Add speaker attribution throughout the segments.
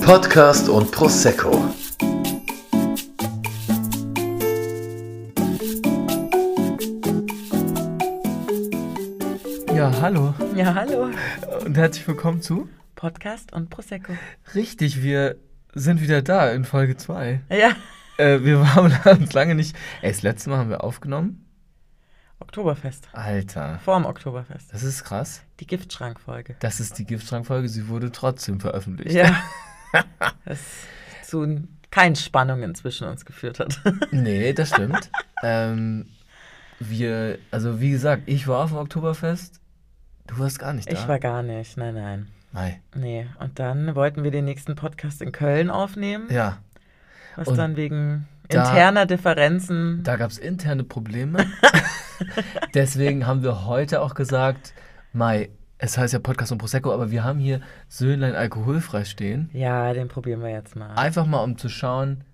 Speaker 1: Podcast und Prosecco.
Speaker 2: Ja, hallo
Speaker 3: Ja, hallo.
Speaker 2: und herzlich willkommen zu.
Speaker 3: Podcast und Prosecco.
Speaker 2: Richtig, wir sind wieder da in Folge 2.
Speaker 3: Ja,
Speaker 2: Äh, wir waren- haben uns lange nicht. Ey, das letzte Mal haben wir aufgenommen.
Speaker 3: Oktoberfest.
Speaker 2: Alter,
Speaker 3: Vorm Oktoberfest.
Speaker 2: das ist krass.
Speaker 3: Die Giftschrankfolge.
Speaker 2: Das ist die Giftschrankfolge, sie wurde trotzdem veröffentlicht.
Speaker 3: Ja. das zu n- keinen Spannungen zwischen uns geführt hat.
Speaker 2: Nee, das stimmt. ähm, wir, also wie gesagt, ich war auf dem Oktoberfest. Du warst gar nicht da.
Speaker 3: Ich war gar nicht. Nein, nein.
Speaker 2: Nein.
Speaker 3: Nee. Und dann wollten wir den nächsten Podcast in Köln aufnehmen,
Speaker 2: Ja,
Speaker 3: was
Speaker 2: und
Speaker 3: dann wegen
Speaker 2: da-
Speaker 3: interner Differenzen.
Speaker 2: da gab es interne Probleme. Deswegen haben wir heute auch gesagt, Mai, es heißt ja Podcast und Prosecco, aber wir haben hier Söhnlein alkoholfrei stehen.
Speaker 3: ja, den probieren wir jetzt mal.
Speaker 2: Einfach mal, um zu schauen,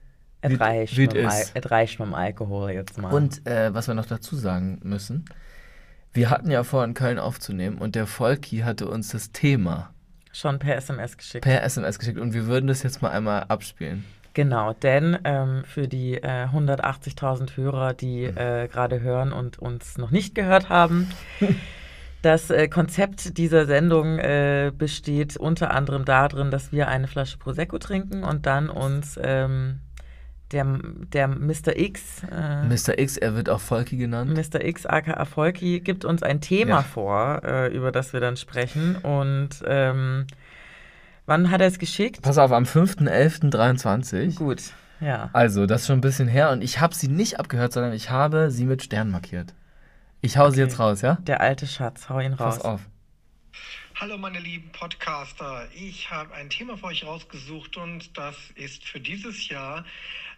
Speaker 3: Es reicht,
Speaker 2: wie
Speaker 3: mit dem
Speaker 2: es
Speaker 3: Al-
Speaker 2: ist.
Speaker 3: es reicht mit dem Alkohol jetzt mal.
Speaker 2: Und äh, was wir noch dazu sagen müssen, wir hatten ja vor, in Köln aufzunehmen und der Volki hatte uns das Thema
Speaker 3: Schon per SMS geschickt.
Speaker 2: per SMS geschickt und wir würden das jetzt mal einmal abspielen.
Speaker 3: Genau, denn ähm, für die äh, 180.000 Hörer, die
Speaker 2: Mhm.
Speaker 3: äh, gerade hören und uns noch nicht gehört haben, das äh, Konzept dieser Sendung äh, besteht unter anderem darin, dass wir eine Flasche Prosecco trinken und dann uns ähm, der, der Mr. X, äh,
Speaker 2: Mr. X, er wird auch Volki genannt.
Speaker 3: Mr. X aka Volki, gibt uns ein Thema
Speaker 2: Ja.
Speaker 3: vor, äh, über das wir dann sprechen. Und ähm, wann hat er es geschickt?
Speaker 2: Pass auf, am 5.11.23.
Speaker 3: Gut, ja.
Speaker 2: Also, das ist schon ein bisschen her und ich habe sie nicht abgehört, sondern ich habe sie mit Stern markiert. Ich hau sie
Speaker 3: Okay.
Speaker 2: jetzt raus, ja?
Speaker 3: Der alte Schatz, hau ihn raus.
Speaker 2: Pass auf.
Speaker 4: Hallo meine lieben Podcaster, ich habe ein Thema für euch rausgesucht und das ist für dieses Jahr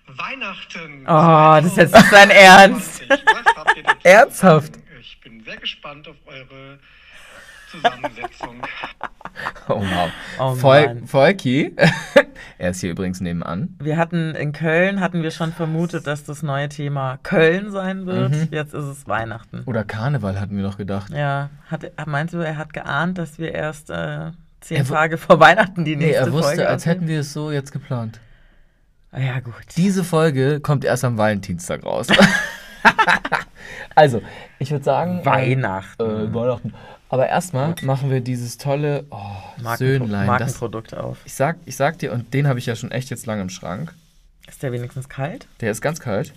Speaker 4: Weihnachten.
Speaker 3: Oh, das ist jetzt nicht dein Ernst.
Speaker 4: 2020. Was habt ihr dazu zu
Speaker 2: Ernsthaft?
Speaker 4: sagen? Ich bin sehr gespannt auf eure Zusammensetzung.
Speaker 2: Oh wow.
Speaker 3: Oh
Speaker 2: Vol
Speaker 3: Mann.
Speaker 2: Volki, er ist hier übrigens nebenan.
Speaker 3: Wir hatten in Köln, hatten wir schon vermutet, dass das neue Thema Köln sein wird.
Speaker 2: Mhm.
Speaker 3: Jetzt ist es Weihnachten.
Speaker 2: Oder Karneval hatten wir noch gedacht.
Speaker 3: Ja, hat, meinst du, er hat geahnt, dass wir erst äh, zehn
Speaker 2: Er wu-
Speaker 3: Tage vor Weihnachten die
Speaker 2: Nee,
Speaker 3: nächste
Speaker 2: er wusste,
Speaker 3: Folge
Speaker 2: als hätten
Speaker 3: aufnehmen?
Speaker 2: wir es so jetzt geplant.
Speaker 3: Ah Ja, gut.
Speaker 2: Diese Folge kommt erst am Valentinstag raus. also, ich würde sagen. Äh,
Speaker 3: Weihnachten.
Speaker 2: Weihnachten. Aber erstmal machen wir dieses tolle oh,
Speaker 3: Markenpro-
Speaker 2: Söhnlein. Das,
Speaker 3: Markenprodukt auf.
Speaker 2: ich, sag, ich sag dir, und den habe ich ja schon echt jetzt lange im Schrank.
Speaker 3: Ist der wenigstens kalt?
Speaker 2: Der ist ganz kalt.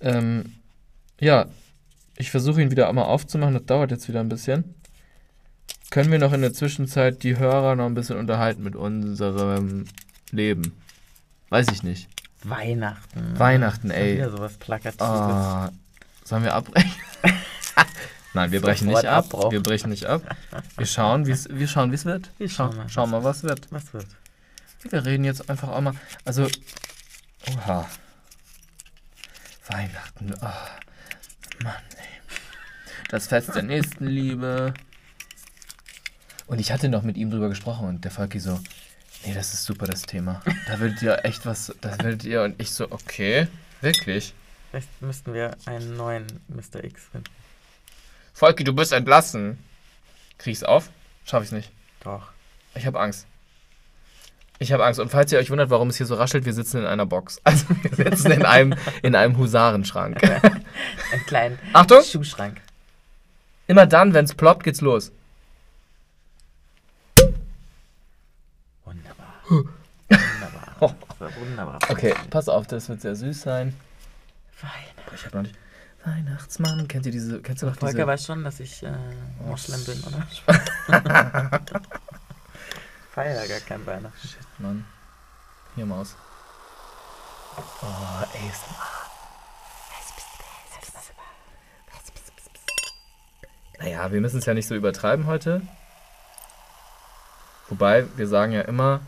Speaker 2: Ähm, ja, ich versuche ihn wieder einmal aufzumachen. Das dauert jetzt wieder ein bisschen. Können wir noch in der Zwischenzeit die Hörer noch ein bisschen unterhalten mit unserem Leben? Weiß ich nicht.
Speaker 3: Weihnachten.
Speaker 2: Weihnachten,
Speaker 3: Schon
Speaker 2: ey.
Speaker 3: Wieder sowas Plakatives.
Speaker 2: Ah, sollen wir abbrechen? Nein, wir brechen
Speaker 3: Sofort
Speaker 2: nicht ab.
Speaker 3: Abbruch.
Speaker 2: Wir brechen nicht ab. Wir schauen, wie es wir schauen, wie es wird.
Speaker 3: Wir schauen mal,
Speaker 2: schauen mal, was wird.
Speaker 3: Was wird?
Speaker 2: Wir reden jetzt einfach auch mal. Also. Oha. Weihnachten. Oh. Mann, ey. Das Fest der Nächstenliebe. Und ich hatte noch mit ihm drüber gesprochen und der Falki so. Nee, das ist super, das Thema. Da würdet ihr echt was. Das würdet ihr. Und ich so, okay, wirklich.
Speaker 3: Vielleicht müssten wir einen neuen Mr. X finden.
Speaker 2: Falki, du bist entlassen. Krieg ich's auf? Schaff ich's nicht.
Speaker 3: Doch.
Speaker 2: Ich habe Angst. Ich habe Angst. Und falls ihr euch wundert, warum es hier so raschelt, wir sitzen in einer Box. Also wir sitzen in einem, in einem Husarenschrank.
Speaker 3: Einen kleinen
Speaker 2: Achtung!
Speaker 3: Schuhschrank.
Speaker 2: Immer dann, wenn es ploppt, geht's los.
Speaker 3: Wunderbar. Wunderbar.
Speaker 2: Oh.
Speaker 3: Das war wunderbar.
Speaker 2: Okay, pass auf, das wird sehr süß sein.
Speaker 3: Weihnachten.
Speaker 2: Ich habe noch nicht. Weihnachtsmann, kennt ihr diese, kennst du noch
Speaker 3: Volker
Speaker 2: diese?
Speaker 3: weiß schon, dass ich äh, Moslem bin, oder? Feier gar kein Weihnachten.
Speaker 2: Mann. Hier Maus. Oh, ey, ist Naja, wir müssen es ja nicht so übertreiben heute. Wobei, wir sagen ja immer.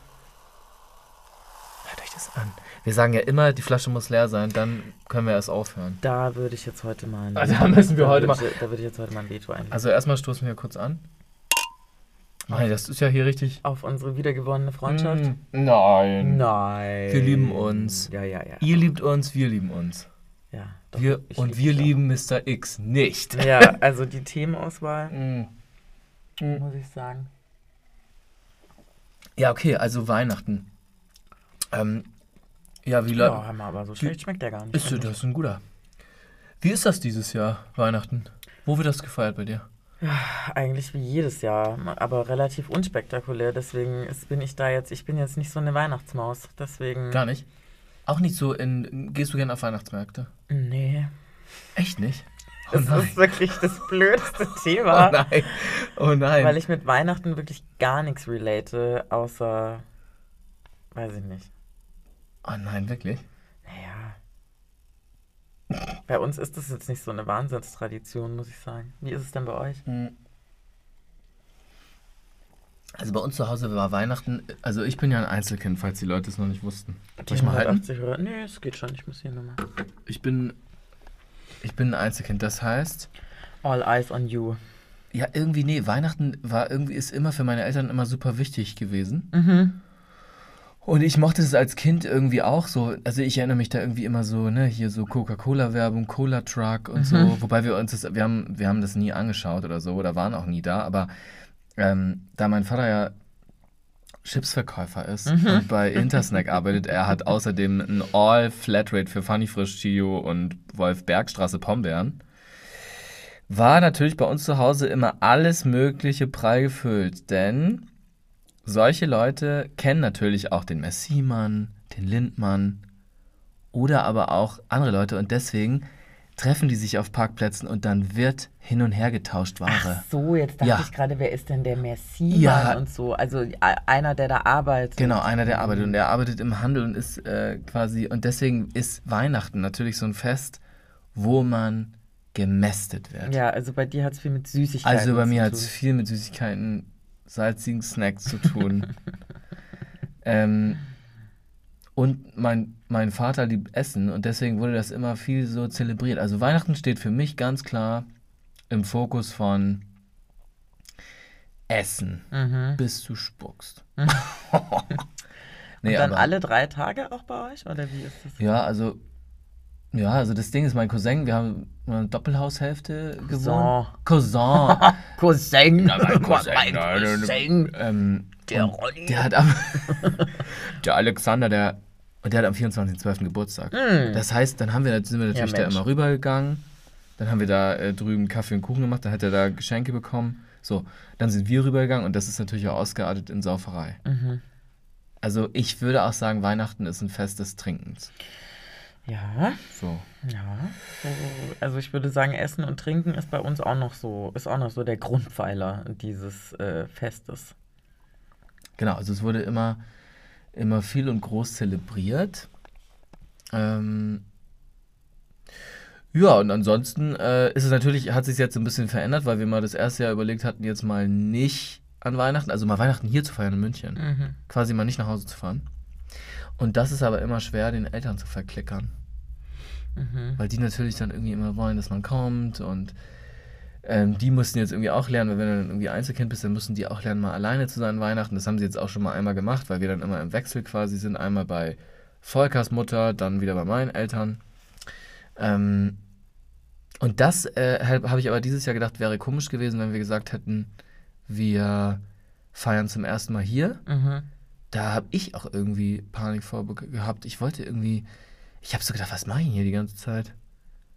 Speaker 2: Hört euch das an. Wir sagen ja immer, die Flasche muss leer sein, dann können wir erst aufhören.
Speaker 3: Da würde ich jetzt heute mal.
Speaker 2: Also, da müssen wir
Speaker 3: da
Speaker 2: heute
Speaker 3: würde ich, Da würde ich jetzt heute mal ein Veto einlegen.
Speaker 2: Also erstmal stoßen wir kurz an. Nein, das ist ja hier richtig.
Speaker 3: Auf unsere wiedergewonnene Freundschaft?
Speaker 2: Mm, Nein.
Speaker 3: Nein.
Speaker 2: Wir lieben uns.
Speaker 3: Ja, ja, ja.
Speaker 2: Ihr liebt uns, wir lieben uns.
Speaker 3: ja doch,
Speaker 2: Wir,
Speaker 3: ich
Speaker 2: und
Speaker 3: lieb
Speaker 2: wir
Speaker 3: dich auch.
Speaker 2: lieben Mr. X nicht.
Speaker 3: Ja, also die Themenauswahl,
Speaker 2: Mm.
Speaker 3: muss ich sagen.
Speaker 2: Ja, okay, also Weihnachten. Ähm, ja, wie
Speaker 3: Ja,
Speaker 2: läuft.
Speaker 3: hör mal, aber so schlecht schmeckt der gar nicht.
Speaker 2: Ist, das ist ein guter. Wie ist das dieses Jahr, Weihnachten? Wo wird das gefeiert bei dir?
Speaker 3: Eigentlich wie jedes Jahr, aber relativ unspektakulär. Deswegen ist, bin ich da jetzt, ich bin jetzt nicht so eine Weihnachtsmaus. Deswegen.
Speaker 2: Gar nicht. Auch nicht so in. Gehst du gerne auf Weihnachtsmärkte?
Speaker 3: Nee.
Speaker 2: Echt nicht? Oh
Speaker 3: Das
Speaker 2: nein.
Speaker 3: ist wirklich das blödeste
Speaker 2: Oh
Speaker 3: Thema.
Speaker 2: nein. Oh nein.
Speaker 3: weil ich mit Weihnachten wirklich gar nichts relate, außer. Weiß ich nicht.
Speaker 2: oh nein, wirklich?
Speaker 3: Naja. Bei uns ist das jetzt nicht so eine Wahnsinnstradition, muss ich sagen. Wie ist es denn bei euch?
Speaker 2: Also bei uns zu Hause war Weihnachten. Also ich bin ja ein Einzelkind, falls die Leute es noch nicht wussten. Soll ich mal halten?
Speaker 3: 180 Euro. Nee, es geht schon, ich muss hier nochmal.
Speaker 2: Ich bin. Ich bin ein Einzelkind. Das heißt.
Speaker 3: All eyes on you.
Speaker 2: Ja, irgendwie, nee, Weihnachten war irgendwie, ist immer für meine Eltern immer super wichtig gewesen. Und ich mochte es als Kind irgendwie auch so. Also ich erinnere mich da irgendwie immer so, ne, hier so Coca-Cola-Werbung, Cola-Truck und so. Wobei wir uns das, wir haben, wir haben das nie angeschaut oder so oder waren auch nie da. Aber ähm, da mein Vater ja Chipsverkäufer ist und bei Intersnack arbeitet, er hat außerdem ein All-Flatrate für Funny Frisch, Chio und Wolf Bergstraße Pombeeren war natürlich bei uns zu Hause immer alles Mögliche prall gefüllt, denn solche Leute kennen natürlich auch den Messimann, den Lindmann oder aber auch andere Leute und deswegen treffen die sich auf Parkplätzen und dann wird hin und her getauscht Ware.
Speaker 3: So, jetzt dachte
Speaker 2: Ja.
Speaker 3: ich gerade, wer ist denn der Merci
Speaker 2: Ja.
Speaker 3: und so? Also a- einer, der da arbeitet.
Speaker 2: Genau, einer, der arbeitet und der arbeitet im Handel und ist äh, quasi, und deswegen ist Weihnachten natürlich so ein Fest, wo man gemästet wird.
Speaker 3: Ja, also bei dir hat es viel mit Süßigkeiten
Speaker 2: Also bei mir
Speaker 3: zu
Speaker 2: hat es
Speaker 3: tun.
Speaker 2: viel mit Süßigkeiten, salzigen Snacks zu tun. ähm, und mein, mein Vater liebt Essen und deswegen wurde das immer viel so zelebriert. Also Weihnachten steht für mich ganz klar im Fokus von Essen, bis du spuckst.
Speaker 3: Mhm. Und
Speaker 2: nee,
Speaker 3: dann
Speaker 2: aber-
Speaker 3: alle drei Tage auch bei euch? Oder wie ist das?
Speaker 2: ja, also ja, also das Ding ist, mein Cousin, wir haben eine Doppelhaushälfte gewohnt. Cousin.
Speaker 3: Cousin.
Speaker 2: mein Cousin, nein, Ähm,
Speaker 3: Der
Speaker 2: und
Speaker 3: Ronny.
Speaker 2: Der hat am. der Alexander, der. Und der hat am 24.12. Geburtstag. Das heißt, dann haben wir, sind wir natürlich da
Speaker 3: Hm. Mensch.
Speaker 2: immer rübergegangen. Dann haben wir da äh, drüben Kaffee und Kuchen gemacht. Dann hat er da Geschenke bekommen. So, dann sind wir rübergegangen und das ist natürlich auch ausgeartet in Sauferei.
Speaker 3: Mhm.
Speaker 2: Also, ich würde auch sagen, Weihnachten ist ein Fest des Trinkens.
Speaker 3: Ja,
Speaker 2: So.
Speaker 3: ja. So, Also ich würde sagen, Essen und Trinken ist bei uns auch noch so, ist auch noch so der Grundpfeiler dieses äh, Festes.
Speaker 2: Genau, also es wurde immer, immer viel und groß zelebriert. Ähm, ja, und ansonsten äh, ist es natürlich, hat sich jetzt ein bisschen verändert, weil wir mal das erste Jahr überlegt hatten, jetzt mal nicht an Weihnachten, also mal Weihnachten hier zu feiern in München.
Speaker 3: Mhm,
Speaker 2: Quasi mal nicht nach Hause zu fahren. Und das ist aber immer schwer, den Eltern zu verklickern. Weil die natürlich dann irgendwie immer wollen, dass man kommt und ähm, die mussten jetzt irgendwie auch lernen, weil wenn du dann irgendwie Einzelkind bist, dann müssen die auch lernen, mal alleine zu sein Weihnachten. Das haben sie jetzt auch schon mal einmal gemacht, weil wir dann immer im Wechsel quasi sind. Einmal bei Volkers Mutter, dann wieder bei meinen Eltern. Ähm, und das äh, habe hab ich aber dieses Jahr gedacht, wäre komisch gewesen, wenn wir gesagt hätten, wir feiern zum ersten Mal hier.
Speaker 3: mhm.
Speaker 2: Da habe ich auch irgendwie Panik vor be- gehabt. Ich wollte irgendwie, ich habe so gedacht, was mache ich denn hier die ganze Zeit?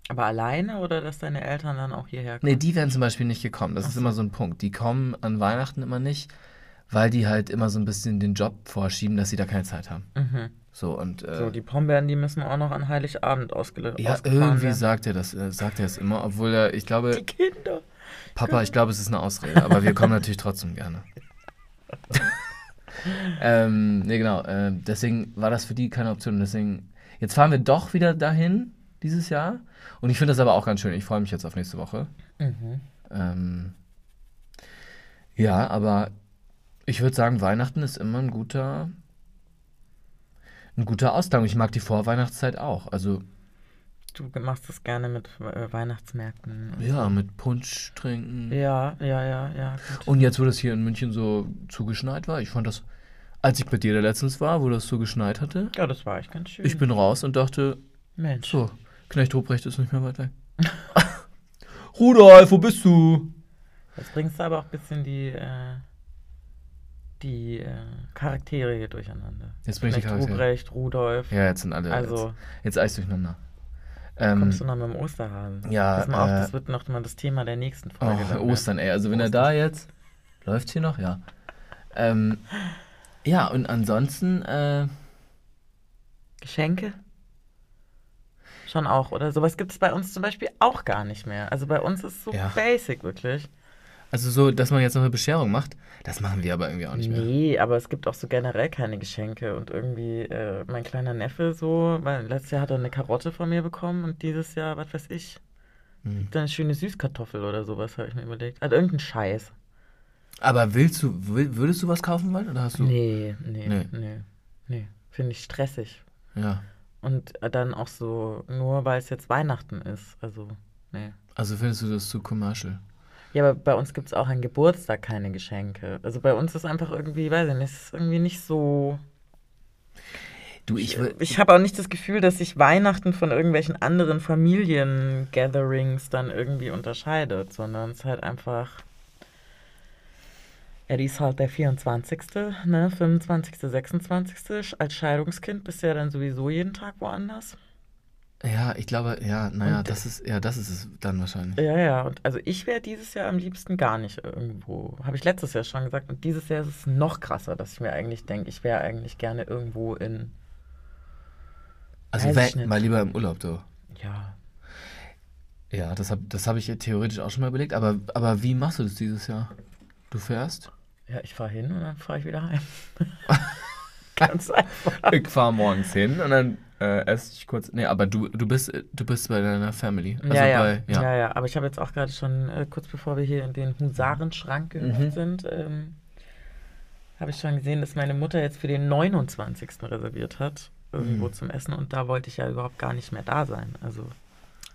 Speaker 3: Aber alleine oder dass deine Eltern dann auch hierher kommen?
Speaker 2: Nee, die wären zum Beispiel nicht gekommen. Das ist immer so ein Punkt. Die kommen an Weihnachten immer nicht, weil die halt immer so ein bisschen den Job vorschieben, dass sie da keine Zeit haben. So und äh,
Speaker 3: Mhm. So, die Pombeeren, die müssen auch noch an Heiligabend ausgelöst
Speaker 2: ja, irgendwie sagt er das, äh, sagt er es immer, obwohl er, ich glaube,
Speaker 3: Die Kinder.
Speaker 2: Papa, ich glaube, es ist eine Ausrede, aber wir kommen natürlich trotzdem gerne. ähm, nee, genau. Äh, deswegen war das für die keine Option. Deswegen, jetzt fahren wir doch wieder dahin dieses Jahr. Und ich finde das aber auch ganz schön. Ich freue mich jetzt auf nächste Woche. Ähm, ja, aber ich würde sagen, Weihnachten ist immer ein guter, ein guter Ausklang. Ich mag die Vorweihnachtszeit auch. Also
Speaker 3: Du machst das gerne mit äh, Weihnachtsmärkten.
Speaker 2: ja, mit Punsch trinken.
Speaker 3: Ja, ja, ja, ja. Gut.
Speaker 2: Und jetzt, wo das hier in München so zugeschneit war, ich fand das, als ich bei dir da letztens war, wo das so geschneit hatte,
Speaker 3: Ja, das war echt ganz schön.
Speaker 2: ich bin raus und dachte,
Speaker 3: Mensch.
Speaker 2: so, Knecht Ruprecht ist nicht mehr weit weg. Rudolf, wo bist du?
Speaker 3: Jetzt bringst du aber auch ein bisschen die, äh, die äh, Charaktere hier durcheinander.
Speaker 2: Jetzt bring ich die
Speaker 3: Knecht
Speaker 2: Charaktere.
Speaker 3: Ruprecht, Rudolf.
Speaker 2: Ja, jetzt sind alle.
Speaker 3: Also-
Speaker 2: jetzt, jetzt alles durcheinander. Ähm,
Speaker 3: Kommst du noch mit dem Osterhasen?
Speaker 2: ja,
Speaker 3: Pass mal auf,
Speaker 2: äh,
Speaker 3: das wird noch mal das Thema der nächsten
Speaker 2: oh,
Speaker 3: Folge. dann ne? werden.
Speaker 2: Ostern, ey. Also, wenn er da jetzt. Läuft hier noch? Ja. Ähm, ja, und ansonsten. Äh,
Speaker 3: Geschenke? Schon auch, oder? Sowas gibt es bei uns zum Beispiel auch gar nicht mehr. Also bei uns ist so
Speaker 2: Ja.
Speaker 3: basic wirklich.
Speaker 2: also, so, dass man jetzt noch eine Bescherung macht, das machen wir aber irgendwie auch nicht mehr.
Speaker 3: Nee, aber es gibt auch so generell keine Geschenke. Und irgendwie äh, mein kleiner Neffe so, weil letztes Jahr hat er eine Karotte von mir bekommen und dieses Jahr, was weiß ich,
Speaker 2: Hm.
Speaker 3: gibt er eine schöne Süßkartoffel oder sowas, habe ich mir überlegt. Also irgendeinen Scheiß.
Speaker 2: Aber willst du, will, würdest du was kaufen wollen? Oder hast du.
Speaker 3: Nee, nee,
Speaker 2: Nee.
Speaker 3: nee, nee. Finde ich stressig.
Speaker 2: Ja.
Speaker 3: Und äh, dann auch so, nur weil es jetzt Weihnachten ist. Also, nee.
Speaker 2: Also, findest du das zu commercial?
Speaker 3: Ja, aber bei uns gibt es auch an Geburtstag keine Geschenke. Also bei uns ist einfach irgendwie, weiß ich nicht, es ist irgendwie nicht so.
Speaker 2: Du, ich will.
Speaker 3: Ich äh, habe auch nicht das Gefühl, dass sich Weihnachten von irgendwelchen anderen Familien-Gatherings dann irgendwie unterscheidet, sondern es ist halt einfach. Er ist halt der 24., ne? 25., 26. Als Scheidungskind bist du ja dann sowieso jeden Tag woanders.
Speaker 2: Ja, ich glaube, ja, naja,
Speaker 3: Und- äh,
Speaker 2: das ist, ja, das ist es dann wahrscheinlich.
Speaker 3: Ja, ja, und also ich wäre dieses Jahr am liebsten gar nicht irgendwo. Habe ich letztes Jahr schon gesagt. Und dieses Jahr ist es noch krasser, dass ich mir eigentlich denke, ich wäre eigentlich gerne irgendwo in.
Speaker 2: Also
Speaker 3: weiß ich
Speaker 2: weg,
Speaker 3: nicht.
Speaker 2: mal lieber im Urlaub, du.
Speaker 3: Ja.
Speaker 2: Ja, das habe das hab ich ja theoretisch auch schon mal überlegt, aber, aber wie machst du das dieses Jahr? Du fährst?
Speaker 3: Ja, ich fahre hin und dann fahre ich wieder heim. Ganz einfach.
Speaker 2: Ich fahre morgens hin und dann äh, esse ich kurz. Nee, aber du, du bist äh, du bist bei deiner Family. Also
Speaker 3: ja, ja.
Speaker 2: bei,
Speaker 3: ja, ja, Aber ich habe jetzt auch gerade schon, äh, kurz bevor wir hier in den Husarenschrank gehüpft
Speaker 2: Mhm.
Speaker 3: sind, ähm, habe ich schon gesehen, dass meine Mutter jetzt für den 29. reserviert hat, irgendwo
Speaker 2: Mhm.
Speaker 3: zum Essen. Und da wollte ich ja überhaupt gar nicht mehr da sein. Also,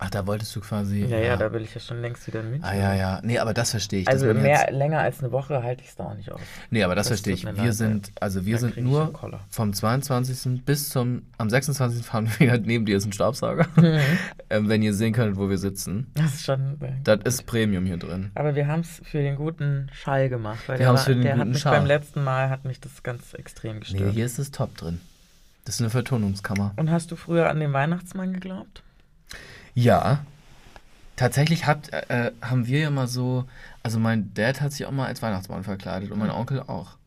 Speaker 2: Ach, da wolltest du quasi.
Speaker 3: ja, ja, da will ich ja schon längst wieder mit.
Speaker 2: Ah, ja, ja. Nee, aber das verstehe ich. dass
Speaker 3: Also
Speaker 2: man
Speaker 3: mehr,
Speaker 2: Jetzt,
Speaker 3: länger als eine Woche halte ich es da auch nicht auf.
Speaker 2: nee, aber das,
Speaker 3: das
Speaker 2: verstehe
Speaker 3: tut
Speaker 2: ich.
Speaker 3: mir
Speaker 2: Wir
Speaker 3: leid,
Speaker 2: sind, also wir
Speaker 3: Da
Speaker 2: sind
Speaker 3: krieg ich einen
Speaker 2: nur
Speaker 3: Koller.
Speaker 2: vom 22. bis zum. Am 26. fahren wir wieder. Neben dir ist ein Staubsauger. ähm, wenn ihr sehen könntet, wo wir sitzen.
Speaker 3: Das ist schon. äh,
Speaker 2: Das ist Premium hier drin.
Speaker 3: Aber wir haben es für den guten Schall gemacht, weil
Speaker 2: Wir
Speaker 3: der,
Speaker 2: haben's
Speaker 3: war-
Speaker 2: für den
Speaker 3: der hat
Speaker 2: guten
Speaker 3: mich
Speaker 2: Schall.
Speaker 3: beim letzten Mal hat mich das ganz extrem gestört.
Speaker 2: Nee, hier ist es top drin. Das ist eine Vertonungskammer.
Speaker 3: Und hast du früher an den Weihnachtsmann geglaubt?
Speaker 2: Ja. Tatsächlich habt, äh, haben wir ja mal so, also mein Dad hat sich auch mal als Weihnachtsmann verkleidet und mein Onkel auch.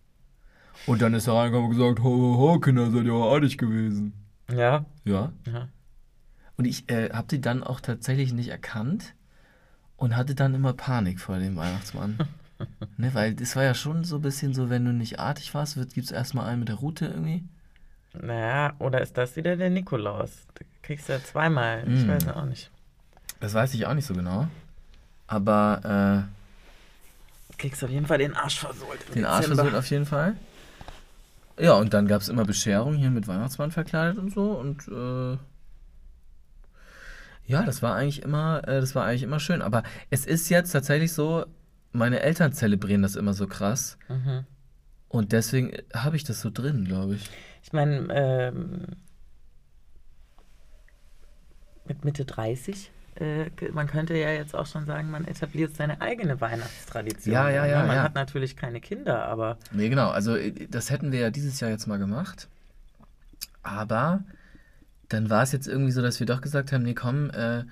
Speaker 2: Und dann ist er reingekommen und gesagt, ho, ho, ho, Kinder, seid ihr aber artig gewesen.
Speaker 3: Ja.
Speaker 2: Ja.
Speaker 3: ja.
Speaker 2: Und ich äh, hab die dann auch tatsächlich nicht erkannt und hatte dann immer Panik vor dem Weihnachtsmann. ne, weil das war ja schon so ein bisschen so, wenn du nicht artig warst, wird, gibt's erstmal einen mit der Rute irgendwie.
Speaker 3: Naja, oder ist das wieder der Nikolaus? Du kriegst ja zweimal. Ich
Speaker 2: Mm.
Speaker 3: weiß auch nicht.
Speaker 2: Das weiß ich auch nicht so genau. Aber äh,
Speaker 3: Du kriegst auf jeden Fall den Arsch versohlt. im
Speaker 2: Den Arsch
Speaker 3: Dezember.
Speaker 2: versucht auf jeden Fall. Ja, und dann gab es immer Bescherung hier mit Weihnachtsmann verkleidet und so. Und äh, ja, das war eigentlich immer, äh, das war eigentlich immer schön. Aber es ist jetzt tatsächlich so, meine Eltern zelebrieren das immer so krass.
Speaker 3: Mhm.
Speaker 2: Und deswegen äh, habe ich das so drin, glaube ich.
Speaker 3: Ich meine, ähm, mit Mitte 30, äh, k- man könnte ja jetzt auch schon sagen, man etabliert seine eigene Weihnachtstradition. Ne?
Speaker 2: Ja, ja, ja,
Speaker 3: Man
Speaker 2: ja.
Speaker 3: hat natürlich keine Kinder, aber
Speaker 2: Nee, genau. Also äh, das hätten wir ja dieses Jahr jetzt mal gemacht. Aber dann war es jetzt irgendwie so, dass wir doch gesagt haben, nee, komm, äh,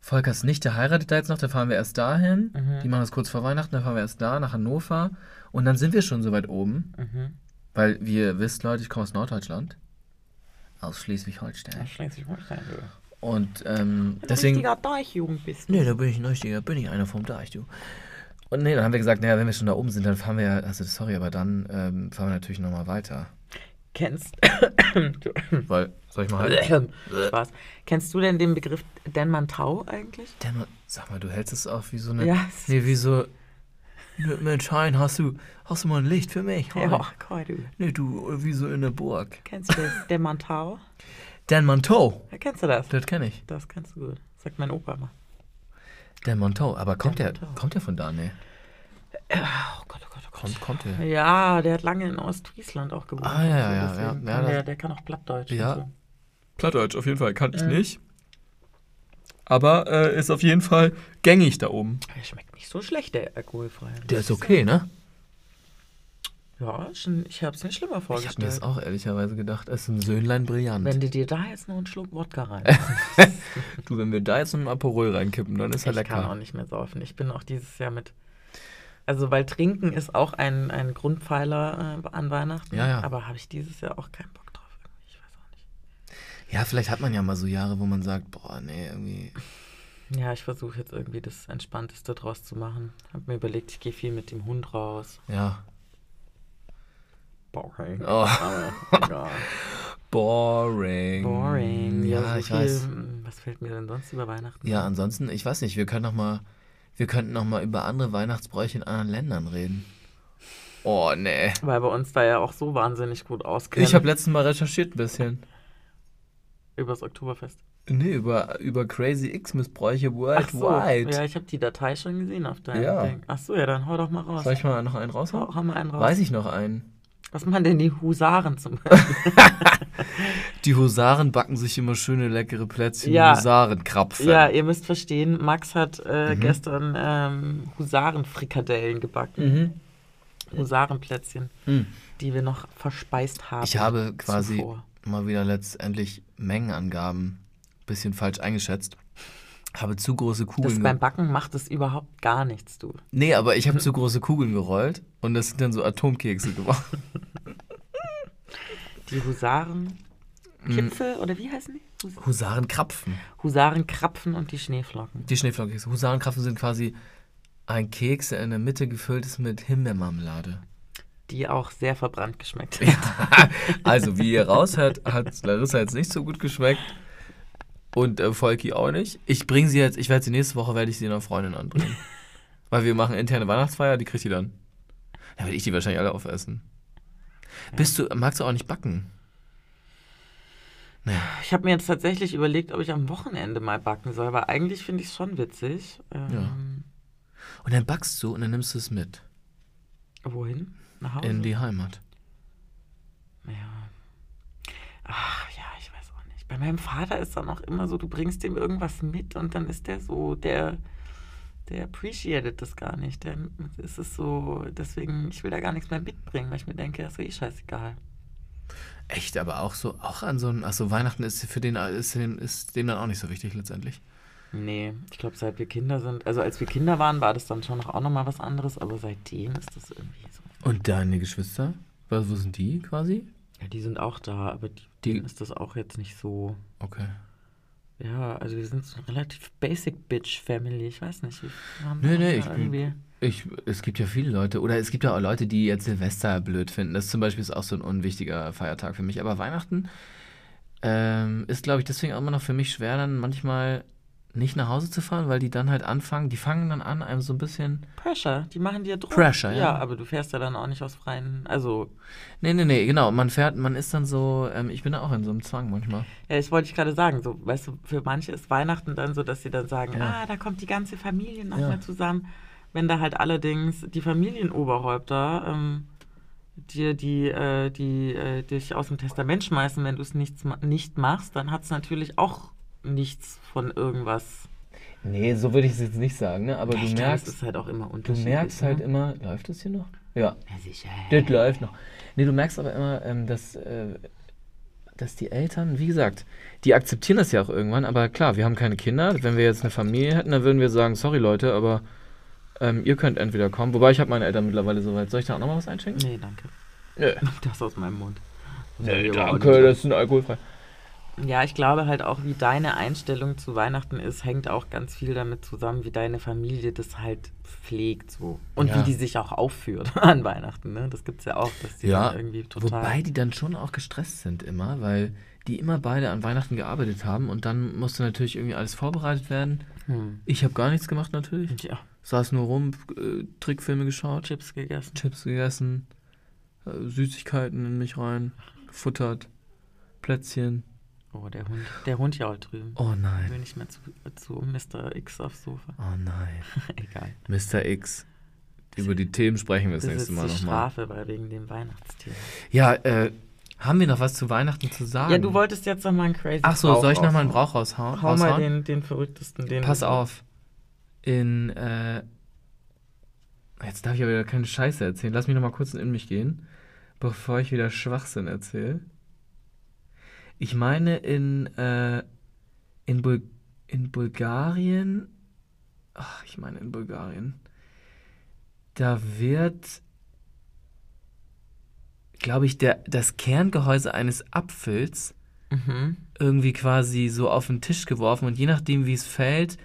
Speaker 2: Volkers Nichte heiratet da jetzt noch, da fahren wir erst dahin.
Speaker 3: Mhm.
Speaker 2: Die machen das kurz vor Weihnachten, dann fahren wir erst da nach Hannover. Und dann sind wir schon so weit oben,
Speaker 3: mhm.
Speaker 2: weil wie ihr wisst, Leute, ich komme aus Norddeutschland. Aus Schleswig-Holstein.
Speaker 3: aus Schleswig-Holstein. du.
Speaker 2: Und ähm,
Speaker 3: Ein
Speaker 2: deswegen...
Speaker 3: richtiger Deichjugend bist du.
Speaker 2: Nee, da bin ich ein richtiger, bin ich einer vom Deich, du. Und nee, dann haben wir gesagt, naja, wenn wir schon da oben sind, dann fahren wir ja, also sorry, aber dann ähm, fahren wir natürlich nochmal weiter.
Speaker 3: Kennst, du,
Speaker 2: Weil, soll ich mal Äh.
Speaker 3: Spaß. Kennst du denn den Begriff Denmantau eigentlich?
Speaker 2: Dämmer, sag mal, du hältst es auch wie so eine.
Speaker 3: Ja, es-
Speaker 2: Nee, wie so. Nee, Mensch, Hein, hast du, hast du mal ein Licht für mich? Hein?
Speaker 3: Ja, cool, du.
Speaker 2: Nee, du, wie so in der Burg.
Speaker 3: Kennst du das? Denmantau?
Speaker 2: Dan Monteau.
Speaker 3: Ja, kennst du das?
Speaker 2: Das kenne ich.
Speaker 3: Das kennst du gut. Sagt mein Opa immer.
Speaker 2: Dan Monteau. Aber kommt
Speaker 3: Dan
Speaker 2: der,
Speaker 3: Monteau.
Speaker 2: kommt der von da? Nee.
Speaker 3: Oh Gott, oh Gott, oh Gott.
Speaker 2: Kommt, kommt der.
Speaker 3: Ja, der hat lange in Ostfriesland auch gewohnt.
Speaker 2: Ah, ja,
Speaker 3: und
Speaker 2: ja,
Speaker 3: deswegen
Speaker 2: ja,
Speaker 3: kann
Speaker 2: ja, das-
Speaker 3: der, der kann auch Plattdeutsch.
Speaker 2: Ja.
Speaker 3: Und so.
Speaker 2: Plattdeutsch auf jeden Fall kann ich nicht. Aber äh, ist auf jeden Fall gängig da oben.
Speaker 3: Der schmeckt nicht so schlecht, der alkoholfreie.
Speaker 2: Der ist okay, ne?
Speaker 3: Ja, schon, ich habe es mir schlimmer
Speaker 2: Ich habe mir
Speaker 3: vorgestellt.
Speaker 2: das auch ehrlicherweise gedacht, es ist ein Söhnlein brillant.
Speaker 3: Wenn du dir da jetzt noch einen Schluck Wodka rein.
Speaker 2: du, wenn wir da jetzt noch ein Aperol reinkippen, dann ist er
Speaker 3: ich kann auch
Speaker 2: lecker.
Speaker 3: nicht mehr saufen. Ich bin auch dieses Jahr mit. Also, weil Trinken ist auch ein, ein Grundpfeiler äh, an Weihnachten.
Speaker 2: Ja, ja.
Speaker 3: Aber habe ich dieses Jahr auch keinen Bock drauf. irgendwie. Ich weiß auch nicht.
Speaker 2: Ja, vielleicht hat man ja mal so Jahre, wo man sagt, boah, nee, irgendwie.
Speaker 3: Ja, ich versuche jetzt irgendwie das Entspannteste draus zu machen. Habe mir überlegt, ich gehe viel mit dem Hund raus.
Speaker 2: Ja.
Speaker 3: Boring.
Speaker 2: Oh.
Speaker 3: Aber egal.
Speaker 2: Boring.
Speaker 3: Boring.
Speaker 2: Ja,
Speaker 3: so
Speaker 2: ich
Speaker 3: viel-
Speaker 2: weiß.
Speaker 3: Was fällt mir denn sonst über Weihnachten?
Speaker 2: Ja, ansonsten, ich weiß nicht, wir können noch mal, wir könnten noch mal über andere Weihnachtsbräuche in anderen Ländern reden. Oh, nee.
Speaker 3: Weil wir uns da ja auch so wahnsinnig gut auskennen.
Speaker 2: Ich habe letztens mal recherchiert ein bisschen.
Speaker 3: Übers Oktoberfest.
Speaker 2: Nee, über, über Crazy Xmas-Bräuche worldwide.
Speaker 3: Ja, ich habe die Datei schon gesehen auf deinem
Speaker 2: Ja.
Speaker 3: Ding. Ach so, ja, dann hau doch mal raus.
Speaker 2: Soll ich mal noch einen raushauen?
Speaker 3: Hau, hau mal einen raus.
Speaker 2: Weiß ich noch einen.
Speaker 3: Was machen denn die Husaren zum Beispiel?
Speaker 2: Die Husaren backen sich immer schöne, leckere Plätzchen.
Speaker 3: Ja.
Speaker 2: Husarenkrapfen.
Speaker 3: ja, ihr müsst verstehen, Max hat äh,
Speaker 2: Mhm.
Speaker 3: gestern ähm, Husarenfrikadellen gebacken.
Speaker 2: Mhm.
Speaker 3: Husarenplätzchen,
Speaker 2: Mhm.
Speaker 3: die wir noch verspeist haben.
Speaker 2: Ich habe quasi
Speaker 3: Zuvor.
Speaker 2: mal wieder letztendlich Mengenangaben ein bisschen falsch eingeschätzt. Habe zu große Kugeln.
Speaker 3: Das
Speaker 2: ge-
Speaker 3: beim Backen macht es überhaupt gar nichts, du.
Speaker 2: nee, aber ich habe zu große Kugeln gerollt und das sind dann so Atomkekse geworden.
Speaker 3: Die Husaren.
Speaker 2: Hm.
Speaker 3: Kipfel oder wie heißen die? Hus
Speaker 2: Husarenkrapfen.
Speaker 3: Husarenkrapfen und die Schneeflocken.
Speaker 2: Die Schneeflockenkekse. Husarenkrapfen sind quasi ein Keks, der in der Mitte gefüllt ist mit Himbeermarmelade.
Speaker 3: Die auch sehr verbrannt geschmeckt haben.
Speaker 2: Also, wie ihr raushört, hat Larissa jetzt nicht so gut geschmeckt. Und äh, Volki auch nicht. Ich bringe sie jetzt, ich werde sie nächste Woche, werde ich sie einer Freundin andrehen. Weil wir machen interne Weihnachtsfeier, die kriegt die dann. Dann werde ich die wahrscheinlich alle aufessen. Bist du, magst du auch nicht backen?
Speaker 3: Ich habe mir jetzt tatsächlich überlegt, ob ich am Wochenende mal backen soll, weil eigentlich finde ich es schon witzig. Ähm,
Speaker 2: Und dann backst du und dann nimmst du es mit
Speaker 3: Wohin? Nach Hause?
Speaker 2: in die Heimat.
Speaker 3: Ja. Ach ja, ich weiß auch nicht. Bei meinem Vater ist dann auch immer so, du bringst dem irgendwas mit und dann ist der so, der, der appreciated das gar nicht. Der ist es so, deswegen, ich will da gar nichts mehr mitbringen, weil ich mir denke, das ist eh scheißegal.
Speaker 2: Echt, aber auch so, auch an so einem, achso, Weihnachten ist für den, ist den, ist dem dann auch nicht so wichtig letztendlich.
Speaker 3: Nee, ich glaube, seit wir Kinder sind, also als wir Kinder waren, war das dann schon noch auch nochmal was anderes, aber seitdem ist das irgendwie so.
Speaker 2: Und deine Geschwister? Was, wo sind die quasi?
Speaker 3: Ja, die sind auch da, aber die,
Speaker 2: Die-
Speaker 3: denen ist das auch jetzt nicht so.
Speaker 2: Okay.
Speaker 3: Ja, also wir sind so eine relativ basic bitch Family. Ich weiß nicht. Wir haben
Speaker 2: Nee,
Speaker 3: haben
Speaker 2: nee,
Speaker 3: da
Speaker 2: ich bin-
Speaker 3: irgendwie.
Speaker 2: Ich, es gibt ja viele Leute, oder es gibt ja auch Leute, die jetzt Silvester blöd finden. Das zum Beispiel ist auch so ein unwichtiger Feiertag für mich. Aber Weihnachten ähm, ist, glaube ich, deswegen auch immer noch für mich schwer, dann manchmal nicht nach Hause zu fahren, weil die dann halt anfangen, die fangen dann an, einem so ein bisschen.
Speaker 3: Pressure, die machen dir Druck.
Speaker 2: Pressure, ja.
Speaker 3: Ja, aber du fährst ja dann auch nicht aus freien. Also,
Speaker 2: Nee, nee, nee, genau. Man fährt, man ist dann so, ähm, ich bin da auch in so einem Zwang manchmal.
Speaker 3: ja, das wollte ich gerade sagen. So, weißt du, für manche ist Weihnachten dann so, dass sie dann sagen,
Speaker 2: Ja.
Speaker 3: ah, da kommt die ganze Familie
Speaker 2: Ja.
Speaker 3: nochmal zusammen. Wenn da halt allerdings die Familienoberhäupter ähm, dir die, äh, die äh, dich aus dem Testament schmeißen, wenn du es nichts ma- nicht machst, dann hat es natürlich auch nichts von irgendwas.
Speaker 2: Nee, so würde ich es jetzt nicht sagen, ne? Aber
Speaker 3: Ich glaube, es ist halt auch immer unterschiedlich. ne?
Speaker 2: halt immer, läuft das hier noch? Ja.
Speaker 3: Ja, sicher.
Speaker 2: Das läuft noch. Nee, du merkst aber immer, ähm, dass, äh, dass die Eltern, wie gesagt, die akzeptieren das ja auch irgendwann, aber klar, wir haben keine Kinder. Wenn wir jetzt eine Familie hätten, dann würden wir sagen, sorry Leute, aber ähm, ihr könnt entweder kommen. Wobei ich habe meine Eltern mittlerweile soweit. Soll ich da auch nochmal was einschenken?
Speaker 3: Nee, danke.
Speaker 2: Nö.
Speaker 3: Das aus meinem Mund.
Speaker 2: Nee,
Speaker 3: überhaupt
Speaker 2: danke,
Speaker 3: nicht.
Speaker 2: das ist ein alkoholfrei.
Speaker 3: Ja, ich glaube halt auch, wie deine Einstellung zu Weihnachten ist, hängt auch ganz viel damit zusammen, wie deine Familie das halt pflegt so. Und
Speaker 2: Ja.
Speaker 3: wie die sich auch aufführt an Weihnachten, ne? Das gibt's ja auch, dass die dann irgendwie total.
Speaker 2: wobei die dann schon auch gestresst sind immer, weil die immer beide an Weihnachten gearbeitet haben und dann musste natürlich irgendwie alles vorbereitet werden.
Speaker 3: hm.
Speaker 2: Ich habe gar nichts gemacht natürlich.
Speaker 3: Ja,
Speaker 2: Saß nur rum, äh, Trickfilme geschaut.
Speaker 3: Chips gegessen.
Speaker 2: Chips gegessen, äh, Süßigkeiten in mich rein, gefuttert, Plätzchen.
Speaker 3: Oh, der Hund. Der Hund jault drüben.
Speaker 2: Oh
Speaker 3: Ich will
Speaker 2: nein.
Speaker 3: nicht mehr zu, zu Mr. X aufs Sofa.
Speaker 2: Oh nein.
Speaker 3: Egal.
Speaker 2: Mr. X. Über die Themen sprechen wir das,
Speaker 3: Das, ist
Speaker 2: nächste Mal
Speaker 3: die
Speaker 2: nochmal.
Speaker 3: Strafe, weil wegen dem Weihnachtsthema.
Speaker 2: Ja, äh, haben wir noch was zu Weihnachten zu sagen?
Speaker 3: Ja, du wolltest jetzt nochmal einen crazy
Speaker 2: Ach so,
Speaker 3: Brauch
Speaker 2: soll ich nochmal einen
Speaker 3: raushauen?
Speaker 2: Brauch raushauen?
Speaker 3: Hau mal
Speaker 2: raushauen?
Speaker 3: den, den verrücktesten, den.
Speaker 2: Pass auf. In, äh, Jetzt darf ich aber wieder keine Scheiße erzählen. Lass mich noch mal kurz in mich gehen, bevor ich wieder Schwachsinn erzähle. Ich meine, in, äh, in, Bul in Bulgarien, ach, ich meine in Bulgarien, da wird, glaube ich, der, das Kerngehäuse eines Apfels irgendwie quasi so auf den Tisch geworfen und je nachdem, wie es fällt,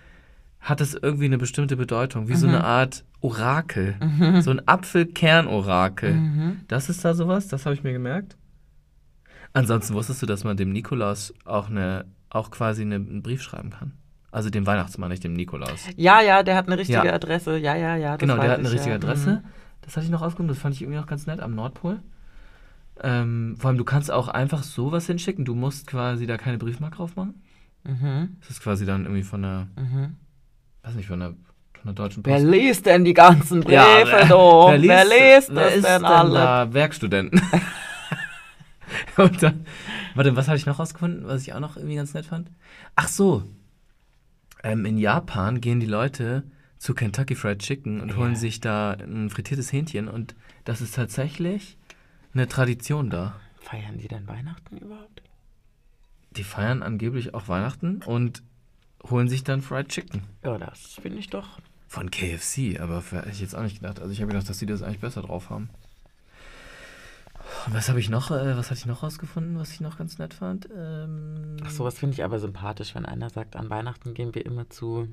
Speaker 2: hat es irgendwie eine bestimmte Bedeutung, wie so eine Art Orakel, so ein Apfelkernorakel. Das ist da sowas, das habe ich mir gemerkt. Ansonsten wusstest du, dass man dem Nikolaus auch eine, auch quasi eine, einen Brief schreiben kann. Also dem Weihnachtsmann, nicht dem Nikolaus.
Speaker 3: Ja, ja, der hat eine richtige
Speaker 2: Ja.
Speaker 3: Adresse. Ja, ja, ja. das
Speaker 2: Genau, der
Speaker 3: weiß
Speaker 2: hat eine
Speaker 3: ich,
Speaker 2: richtige
Speaker 3: ja.
Speaker 2: Adresse.
Speaker 3: Mhm.
Speaker 2: Das hatte ich noch aufgenommen, das fand ich irgendwie noch ganz nett am Nordpol. Ähm, vor allem, du kannst auch einfach sowas hinschicken. Du musst quasi da keine Briefmarke drauf machen.
Speaker 3: Mhm,
Speaker 2: Das ist quasi dann irgendwie von der,
Speaker 3: mhm.
Speaker 2: weiß nicht, von der, von der deutschen
Speaker 3: Wer
Speaker 2: Post.
Speaker 3: liest denn die ganzen Briefe,
Speaker 2: wer-
Speaker 3: du?
Speaker 2: wer
Speaker 3: Wer liest
Speaker 2: wer
Speaker 3: das
Speaker 2: ist
Speaker 3: denn alle?
Speaker 2: Da? Werkstudenten. Und dann, warte, was habe ich noch rausgefunden, was ich auch noch irgendwie ganz nett fand? Ach so, ähm, in Japan gehen die Leute zu Kentucky Fried Chicken und holen sich da ein frittiertes Hähnchen und das ist tatsächlich eine Tradition da.
Speaker 3: Feiern die denn Weihnachten überhaupt?
Speaker 2: Die feiern angeblich auch Weihnachten und holen sich dann Fried Chicken.
Speaker 3: Ja, das finde ich doch.
Speaker 2: Von KFC, aber für- hätte ich jetzt auch nicht gedacht. Also ich habe gedacht, dass die das eigentlich besser drauf haben. Und was habe ich noch, äh, was hatte ich noch rausgefunden, was ich noch ganz nett fand? Ähm,
Speaker 3: Ach, sowas finde ich aber sympathisch, wenn einer sagt, an Weihnachten gehen wir immer zu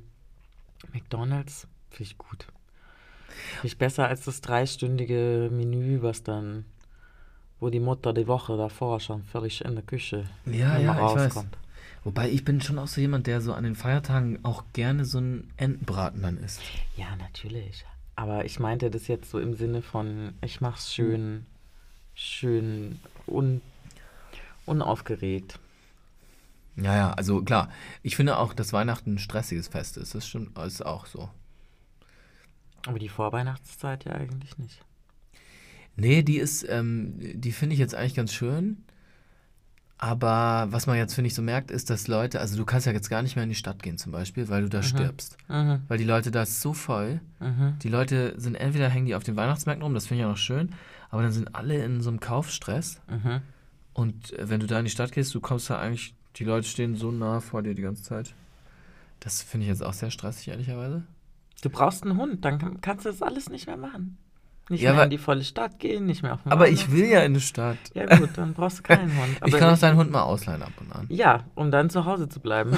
Speaker 3: McDonalds. Finde ich gut. Finde ich besser als das dreistündige Menü, was dann, wo die Mutter die Woche davor schon völlig in der Küche
Speaker 2: Ja,
Speaker 3: immer
Speaker 2: ja, ich weiß. Wobei ich bin schon auch so jemand, der so an den Feiertagen auch gerne so einen Entenbraten dann isst.
Speaker 3: Ja, natürlich. Aber ich meinte das jetzt so im Sinne von, ich
Speaker 2: Hm.
Speaker 3: mach's schön, schön un, unaufgeregt.
Speaker 2: Ja, ja, also klar. Ich finde auch, dass Weihnachten ein stressiges Fest ist. Das stimmt, ist auch so.
Speaker 3: Aber die Vorweihnachtszeit ja eigentlich nicht.
Speaker 2: Nee, die ist, ähm, die finde ich jetzt eigentlich ganz schön. Aber was man jetzt, finde ich, so merkt, ist, dass Leute, also du kannst ja jetzt gar nicht mehr in die Stadt gehen zum Beispiel, weil du da stirbst.
Speaker 3: Mhm,
Speaker 2: Weil die Leute, da ist so voll.
Speaker 3: mhm.
Speaker 2: Die Leute sind entweder hängen die auf den Weihnachtsmärkten rum, das finde ich auch noch schön, aber dann sind alle in so einem Kaufstress.
Speaker 3: Mhm.
Speaker 2: Und äh, wenn du da in die Stadt gehst, du kommst da eigentlich, die Leute stehen so nah vor dir die ganze Zeit. Das finde ich jetzt auch sehr stressig, ehrlicherweise.
Speaker 3: Du brauchst einen Hund, dann kann- kannst du das alles nicht mehr machen. Nicht
Speaker 2: Ja,
Speaker 3: mehr
Speaker 2: aber-
Speaker 3: in die volle Stadt gehen, nicht mehr auf den
Speaker 2: Aber ich
Speaker 3: Bahnhof.
Speaker 2: will ja in die Stadt.
Speaker 3: Ja gut, dann brauchst du keinen Hund.
Speaker 2: ich
Speaker 3: Aber
Speaker 2: kann auch deinen Hund mal ausleihen ab und an.
Speaker 3: Ja, um dann zu Hause zu bleiben.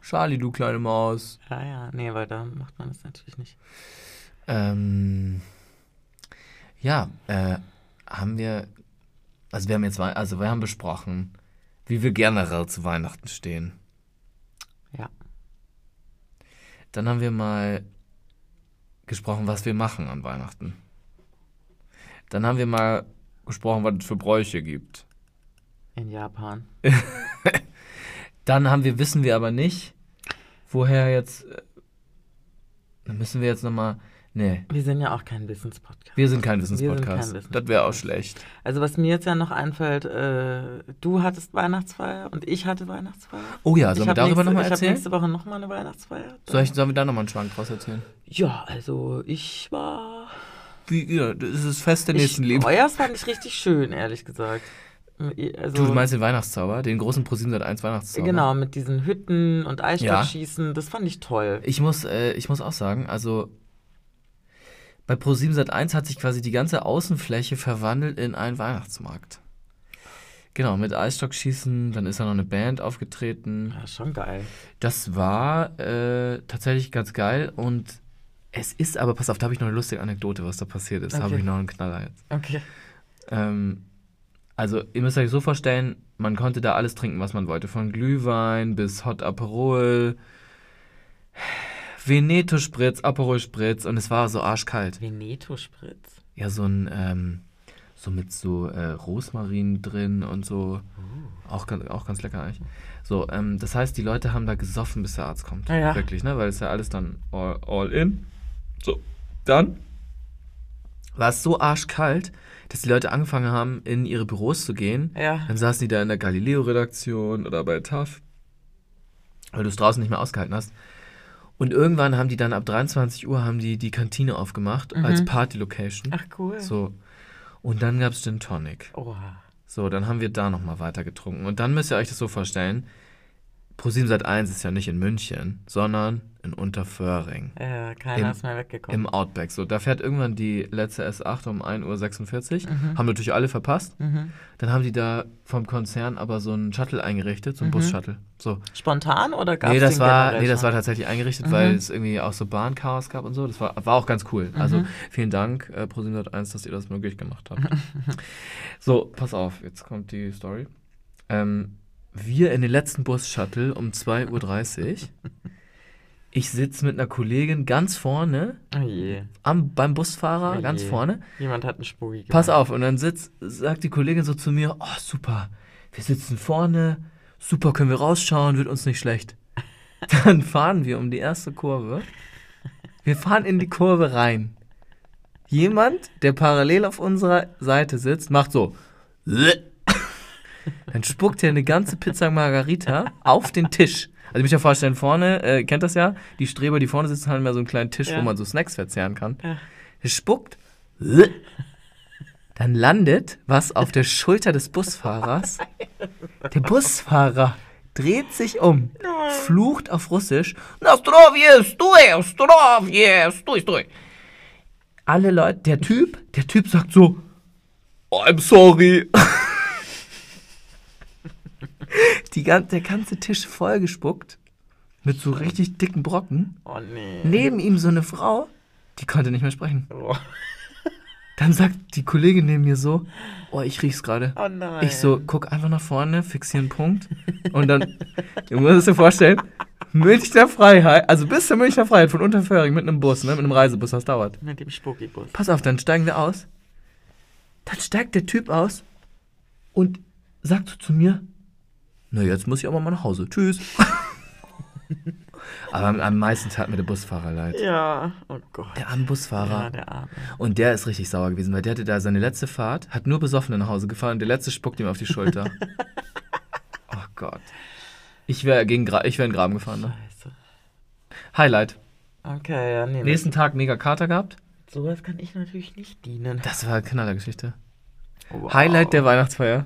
Speaker 2: Charlie, du kleine Maus.
Speaker 3: ja, ja, nee, weil da macht man das natürlich nicht.
Speaker 2: Ähm, ja, äh, haben wir, also wir haben jetzt, Wei- also wir haben besprochen, wie wir generell zu Weihnachten stehen.
Speaker 3: Ja.
Speaker 2: Dann haben wir mal gesprochen, was wir machen an Weihnachten. Dann haben wir mal gesprochen, was es für Bräuche gibt.
Speaker 3: In Japan.
Speaker 2: Dann haben wir, wissen wir aber nicht, woher jetzt, äh, dann müssen wir jetzt nochmal, nee,
Speaker 3: Wir sind ja auch kein Wissenspodcast.
Speaker 2: wir sind kein
Speaker 3: kein
Speaker 2: Wissenspodcast. Das
Speaker 3: Wissenspodcast.
Speaker 2: wäre auch schlecht.
Speaker 3: Also was mir jetzt ja noch einfällt, äh, du hattest Weihnachtsfeier und ich hatte Weihnachtsfeier.
Speaker 2: Oh ja, sollen
Speaker 3: ich
Speaker 2: wir
Speaker 3: hab
Speaker 2: darüber
Speaker 3: nächste-
Speaker 2: nochmal
Speaker 3: Ich habe
Speaker 2: erzählen?
Speaker 3: nächste Woche nochmal eine Weihnachtsfeier.
Speaker 2: Soll ich, sollen wir da nochmal einen Schwank draus erzählen?
Speaker 3: ja, also ich war...
Speaker 2: Wie, ja, das ist das Fest der
Speaker 3: Ich,
Speaker 2: nächsten Liebe.
Speaker 3: euers fand ich richtig schön, ehrlich gesagt. Also,
Speaker 2: Du meinst ne? den Weihnachtszauber, den großen ProSiebenSat.1 Weihnachtszauber.
Speaker 3: Genau, mit diesen Hütten und Eisstockschießen, das fand ich toll.
Speaker 2: Ich muss, äh, ich muss auch sagen, also bei ProSiebenSat.1 hat sich quasi die ganze Außenfläche verwandelt in einen Weihnachtsmarkt. Genau, mit Eisstockschießen, dann ist da noch eine Band aufgetreten.
Speaker 3: Ja, schon geil.
Speaker 2: Das war äh, tatsächlich ganz geil und es ist aber, pass auf, da habe ich noch eine lustige Anekdote, was da passiert ist. Da habe
Speaker 3: Okay.
Speaker 2: ich noch einen Knaller jetzt.
Speaker 3: Okay.
Speaker 2: Ähm, also, ihr müsst euch so vorstellen, man konnte da alles trinken, was man wollte. Von Glühwein bis Hot Aperol, Veneto Spritz, Aperol Spritz und es war so arschkalt.
Speaker 3: Veneto-Spritz.
Speaker 2: Ja, so ein, ähm, so mit so äh, Rosmarin drin und so.
Speaker 3: Oh.
Speaker 2: Auch, ganz, auch ganz lecker eigentlich. So, ähm, das heißt, die Leute haben da gesoffen, bis der Arzt kommt.
Speaker 3: Ja, ja.
Speaker 2: Wirklich, ne? Weil es ja alles dann all, all in. So, dann war es so arschkalt, dass die Leute angefangen haben, in ihre Büros zu gehen.
Speaker 3: Ja.
Speaker 2: Dann saßen die da in der Galileo-Redaktion oder bei TAF, weil du es draußen nicht mehr ausgehalten hast. Und irgendwann haben die dann ab 23 Uhr haben die die Kantine aufgemacht als Party-Location.
Speaker 3: Mhm. Ach cool.
Speaker 2: So. Und dann gab es Gin Tonic.
Speaker 3: Oha.
Speaker 2: So, dann haben wir da nochmal weiter getrunken. Und dann müsst ihr euch das so vorstellen: ProSieben seit 1 ist ja nicht in München, sondern in Unterföhring.
Speaker 3: Äh, keiner
Speaker 2: Im-
Speaker 3: ist mehr weggekommen.
Speaker 2: Im Outback. So, da fährt irgendwann die letzte S8 um 1.46 Uhr. Haben natürlich alle verpasst. Dann haben die da vom Konzern aber so einen Shuttle eingerichtet, so einen Bus-Shuttle. So.
Speaker 3: Spontan oder gab es
Speaker 2: Nee das,
Speaker 3: den
Speaker 2: war,
Speaker 3: generell
Speaker 2: nee, das
Speaker 3: schon?
Speaker 2: war tatsächlich eingerichtet,
Speaker 3: Mhm.
Speaker 2: weil es irgendwie auch so Bahnchaos gab und so. Das war, war auch ganz cool.
Speaker 3: Mhm.
Speaker 2: Also vielen Dank, äh, ProSieben1, dass ihr das möglich gemacht habt. so, pass auf, jetzt kommt die Story. Ähm, wir in den letzten Bus-Shuttle um 2.30 Uhr. Ich sitze mit einer Kollegin ganz vorne,
Speaker 3: Oh je.
Speaker 2: am, beim Busfahrer,
Speaker 3: Oh
Speaker 2: ganz
Speaker 3: je.
Speaker 2: vorne.
Speaker 3: Jemand hat einen Spooky gemacht.
Speaker 2: Pass auf, und dann sitzt, sagt die Kollegin so zu mir, oh super, wir sitzen vorne, super, können wir rausschauen, wird uns nicht schlecht. Dann fahren wir um die erste Kurve. Wir fahren in die Kurve rein. Jemand, der parallel auf unserer Seite sitzt, macht so. Dann spuckt er eine ganze Pizza Margarita auf den Tisch. Also ich muss mir vorstellen, vorne, äh, kennt das ja, die Streber, die vorne sitzen, haben ja so einen kleinen Tisch,
Speaker 3: Ja.
Speaker 2: wo man so Snacks verzehren kann.
Speaker 3: Ja.
Speaker 2: Er spuckt. Dann landet was auf der Schulter des Busfahrers. Der Busfahrer dreht sich um, flucht auf Russisch. Nostrovje, stoi, Nostrovje, stoi, stoi. Alle Leute, der Typ, der Typ sagt so, "Oh, I'm sorry. Die, gan- der ganze Tisch vollgespuckt mit so richtig dicken Brocken.
Speaker 3: Oh nee.
Speaker 2: Neben ihm so eine Frau, die konnte nicht mehr sprechen.
Speaker 3: Oh,
Speaker 2: Dann sagt die Kollegin neben mir so, oh, ich riech's gerade.
Speaker 3: oh nein.
Speaker 2: Ich so, guck einfach nach vorne, fixier einen Punkt. Und dann, du musst dir vorstellen, Münchner Freiheit, also bis zur Münchner Freiheit von Unterföhring mit einem Bus, ne, mit einem Reisebus, das dauert.
Speaker 3: Mit dem Spooky-Bus.
Speaker 2: Pass auf, dann steigen wir aus. Dann steigt der Typ aus und sagt so zu mir, na, jetzt muss ich aber mal nach Hause. Tschüss. aber am, am meisten tat mir der Busfahrer leid.
Speaker 3: Ja, oh Gott.
Speaker 2: Der arme Busfahrer.
Speaker 3: Ja, der Arme.
Speaker 2: Und der ist richtig sauer gewesen, weil der hatte da seine letzte Fahrt, hat nur Besoffene nach Hause gefahren und der letzte spuckt ihm auf die Schulter. oh Gott. Ich wäre gegen Gra ich wär in den Graben gefahren. Ne?
Speaker 3: Scheiße.
Speaker 2: Highlight.
Speaker 3: Okay, ja, nee.
Speaker 2: Nächsten Tag mega Kater gehabt.
Speaker 3: Sowas kann ich natürlich nicht dienen. Oh,
Speaker 2: Das war Knallergeschichte.
Speaker 3: Wow.
Speaker 2: Highlight der Weihnachtsfeier.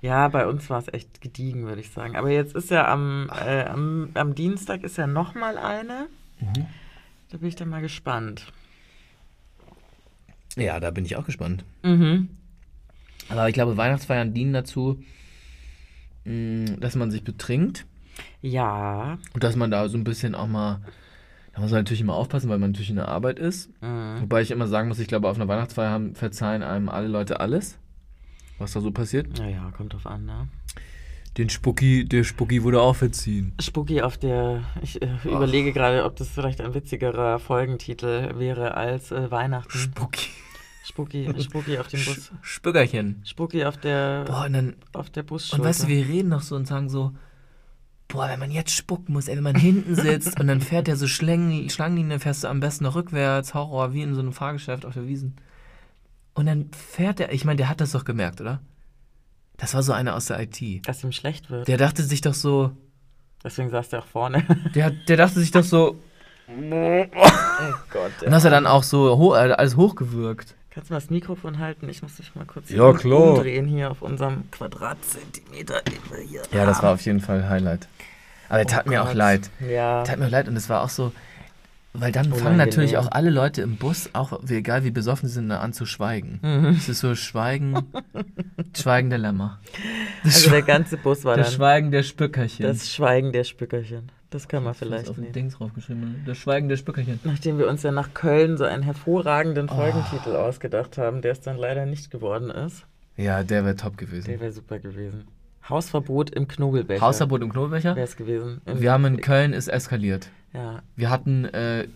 Speaker 3: Ja, bei uns war es echt gediegen, würde ich sagen. Aber jetzt ist ja am, äh, am, am Dienstag ist ja nochmal eine.
Speaker 2: Mhm.
Speaker 3: Da bin ich dann mal gespannt.
Speaker 2: Ja, da bin ich auch gespannt.
Speaker 3: Mhm.
Speaker 2: Aber ich glaube, Weihnachtsfeiern dienen dazu, mh, dass man sich betrinkt
Speaker 3: Ja.
Speaker 2: und dass man da so ein bisschen auch mal. Da muss man natürlich immer aufpassen, weil man natürlich in der Arbeit ist.
Speaker 3: Mhm.
Speaker 2: Wobei ich immer sagen muss, ich glaube, auf einer Weihnachtsfeier haben, verzeihen einem alle Leute alles, was da so passiert.
Speaker 3: Naja, kommt drauf an, ne?
Speaker 2: Den Spucki, der Spucki wurde auch verziehen.
Speaker 3: Spooky auf der. Ich äh,
Speaker 2: Oh.
Speaker 3: überlege gerade, ob das vielleicht ein witzigerer Folgentitel wäre als äh, Weihnachten.
Speaker 2: Spucki.
Speaker 3: Spooky, Spooky auf dem Bus.
Speaker 2: Spöckerchen.
Speaker 3: Spooky auf der,
Speaker 2: Boah, und dann,
Speaker 3: auf der Busschulter.
Speaker 2: und weißt du, wir reden noch so und sagen so, boah, wenn man jetzt spucken muss, ey, wenn man hinten sitzt und dann fährt der so Schlängen, Schlangenlinie, fährst du am besten noch rückwärts, Horror, wie in so einem Fahrgeschäft auf der Wiesen. Und dann fährt der, ich meine, der hat das doch gemerkt, oder? Das war so einer aus der IT.
Speaker 3: Dass ihm schlecht wird.
Speaker 2: Der dachte sich doch so,
Speaker 3: Deswegen saß der auch vorne.
Speaker 2: der, hat- der dachte sich doch so,
Speaker 3: oh Gott.
Speaker 2: Und das hat dann auch so ho äh, alles hochgewirkt.
Speaker 3: Kannst du mal das Mikrofon halten? Ich muss mich mal kurz
Speaker 2: Ja, klar.
Speaker 3: umdrehen hier auf unserem Quadratzentimeter, den wir hier
Speaker 2: Ja, Oh das war auf jeden Fall Highlight. Aber der tat mir auch leid.
Speaker 3: Ja.
Speaker 2: Tat mir leid und es war auch so, weil dann fangen
Speaker 3: Unangenehm.
Speaker 2: natürlich auch alle Leute im Bus, auch wie- egal wie besoffen sie sind, an zu schweigen. Es ist so Schweigen, Schweigen der Lämmer. Das,
Speaker 3: Also der
Speaker 2: Schwe
Speaker 3: ganze Bus war
Speaker 2: das
Speaker 3: dann
Speaker 2: Schweigen der Spöckerchen.
Speaker 3: das Schweigen der Spückerchen. Das kann man
Speaker 2: ist
Speaker 3: vielleicht
Speaker 2: auf dem
Speaker 3: nehmen.
Speaker 2: Dings draufgeschrieben. ne? Das Schweigen der Spöckerchen.
Speaker 3: Nachdem wir uns ja nach Köln so einen
Speaker 2: Oh.
Speaker 3: hervorragenden Folgentitel ausgedacht haben, der es dann leider nicht geworden ist.
Speaker 2: Ja, der wäre top
Speaker 3: Der
Speaker 2: gewesen.
Speaker 3: wäre super gewesen. Hausverbot im Knobelbecher.
Speaker 2: Hausverbot im Knobelbecher.
Speaker 3: wäre es gewesen. Im-
Speaker 2: Wir haben in Köln, ist eskaliert.
Speaker 3: ja,
Speaker 2: Wir hatten, äh,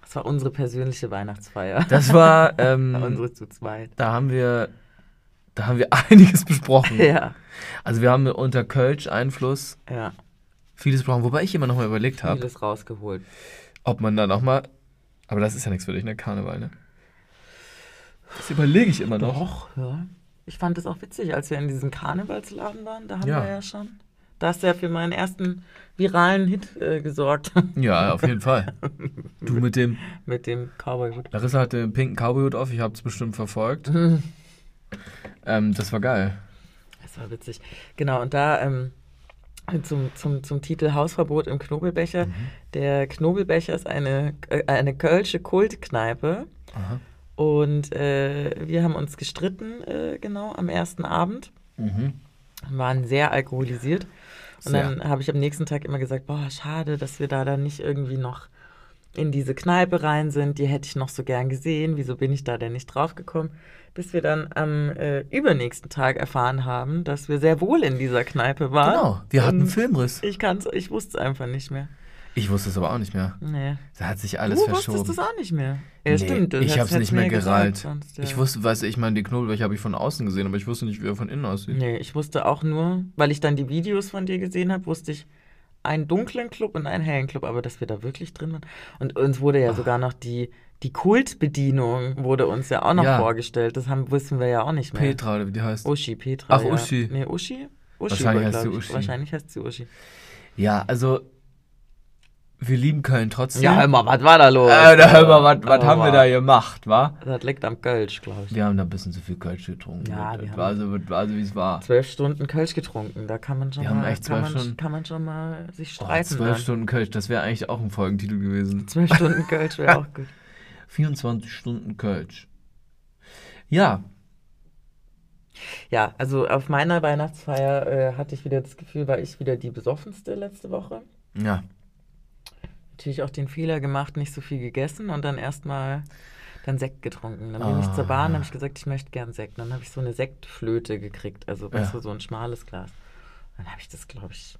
Speaker 3: das war unsere persönliche Weihnachtsfeier.
Speaker 2: das war, ähm,
Speaker 3: unsere zu zweit.
Speaker 2: da haben wir, da haben wir einiges besprochen.
Speaker 3: Ja,
Speaker 2: Also wir haben unter Kölsch-Einfluss
Speaker 3: ja.
Speaker 2: vieles besprochen, wobei ich immer noch mal überlegt habe,
Speaker 3: Vieles rausgeholt.
Speaker 2: ob man da noch mal, aber das ist ja nichts für dich, ne? Karneval, ne? Das überlege ich immer noch.
Speaker 3: Ja. Ich fand es auch witzig, als wir in diesem Karnevalsladen waren, da haben
Speaker 2: Ja.
Speaker 3: wir ja schon. Da hast du ja für meinen ersten viralen Hit äh, gesorgt
Speaker 2: Ja, auf jeden Fall. Du mit dem.
Speaker 3: mit dem Cowboy-Hut.
Speaker 2: Larissa hatte einen pinken Cowboyhut auf, ich hab's bestimmt verfolgt. ähm, das war geil.
Speaker 3: Das war witzig. Genau, und da ähm, zum, zum, zum Titel Hausverbot im Knobelbecher.
Speaker 2: Mhm.
Speaker 3: Der Knobelbecher ist eine, äh, eine kölsche Kultkneipe.
Speaker 2: Aha.
Speaker 3: Und äh, wir haben uns gestritten, äh, genau, am ersten Abend.
Speaker 2: Mhm.
Speaker 3: waren sehr alkoholisiert. Und
Speaker 2: Sehr.
Speaker 3: dann habe ich am nächsten Tag immer gesagt, boah, schade, dass wir da dann nicht irgendwie noch in diese Kneipe rein sind. Die hätte ich noch so gern gesehen. Wieso bin ich da denn nicht draufgekommen? Bis wir dann am äh, übernächsten Tag erfahren haben, dass wir sehr wohl in dieser Kneipe waren.
Speaker 2: Genau, wir hatten
Speaker 3: Und
Speaker 2: einen Filmriss.
Speaker 3: Ich kann's, ich wusste es einfach nicht mehr.
Speaker 2: Ich wusste es aber auch nicht mehr.
Speaker 3: Nee.
Speaker 2: Da hat sich alles
Speaker 3: du
Speaker 2: verschoben.
Speaker 3: wusstest es auch nicht mehr. Ja, stimmt. das
Speaker 2: ich
Speaker 3: hättest-
Speaker 2: hab's
Speaker 3: hättest
Speaker 2: nicht mehr
Speaker 3: mir gesagt
Speaker 2: gerallt.
Speaker 3: sonst, ja.
Speaker 2: Ich wusste, weißt du, ich meine, den Knobelbecher habe ich von außen gesehen, aber ich wusste nicht, wie er von innen aussieht.
Speaker 3: Nee, ich wusste auch nur, weil ich dann die Videos von dir gesehen habe, wusste ich einen dunklen Club und einen hellen Club, aber dass wir da wirklich drin waren. Und uns wurde ja sogar noch die, die Kultbedienung wurde uns ja auch noch
Speaker 2: Ja.
Speaker 3: vorgestellt. Das haben, wissen wir ja auch nicht mehr.
Speaker 2: Petra, oder wie die heißt.
Speaker 3: Uschi, Petra.
Speaker 2: Ach,
Speaker 3: ja.
Speaker 2: Uschi.
Speaker 3: Nee, Uschi? Uschi
Speaker 2: Wahrscheinlich
Speaker 3: wohl,
Speaker 2: heißt sie
Speaker 3: glaub ich.
Speaker 2: Uschi.
Speaker 3: Wahrscheinlich heißt sie Uschi.
Speaker 2: Ja, also, wir lieben Köln trotzdem.
Speaker 3: Ja, hör mal, was war da los?
Speaker 2: Äh, da hör mal, was, was
Speaker 3: Hör
Speaker 2: haben wir da
Speaker 3: mal.
Speaker 2: gemacht, wa?
Speaker 3: Das liegt am Kölsch, glaube ich.
Speaker 2: Wir haben da ein bisschen zu viel Kölsch getrunken.
Speaker 3: Ja,
Speaker 2: das
Speaker 3: wir
Speaker 2: war
Speaker 3: haben-
Speaker 2: so, das war so wie es war.
Speaker 3: Zwölf Stunden Kölsch getrunken, da kann man schon,
Speaker 2: Wir haben
Speaker 3: mal,
Speaker 2: echt zwölf
Speaker 3: kann man,
Speaker 2: Stunden-
Speaker 3: kann man schon mal sich
Speaker 2: Oh,
Speaker 3: streiten.
Speaker 2: zwölf
Speaker 3: dann.
Speaker 2: Stunden Kölsch, das wäre eigentlich auch ein Folgentitel gewesen.
Speaker 3: zwölf Stunden Kölsch wäre auch gut.
Speaker 2: 24 Stunden Kölsch. Ja,
Speaker 3: Ja, also auf meiner Weihnachtsfeier äh, hatte ich wieder das Gefühl, war ich wieder die besoffenste letzte Woche.
Speaker 2: ja.
Speaker 3: Natürlich auch den Fehler gemacht, nicht so viel gegessen und dann erstmal dann Sekt getrunken. Dann bin ich
Speaker 2: Ah,
Speaker 3: zur Bahn,
Speaker 2: ja.
Speaker 3: habe ich gesagt, ich möchte gern Sekt. Dann habe ich so eine Sektflöte gekriegt, also weißt
Speaker 2: Ja.
Speaker 3: du, so ein schmales Glas. Dann habe ich das, glaube ich,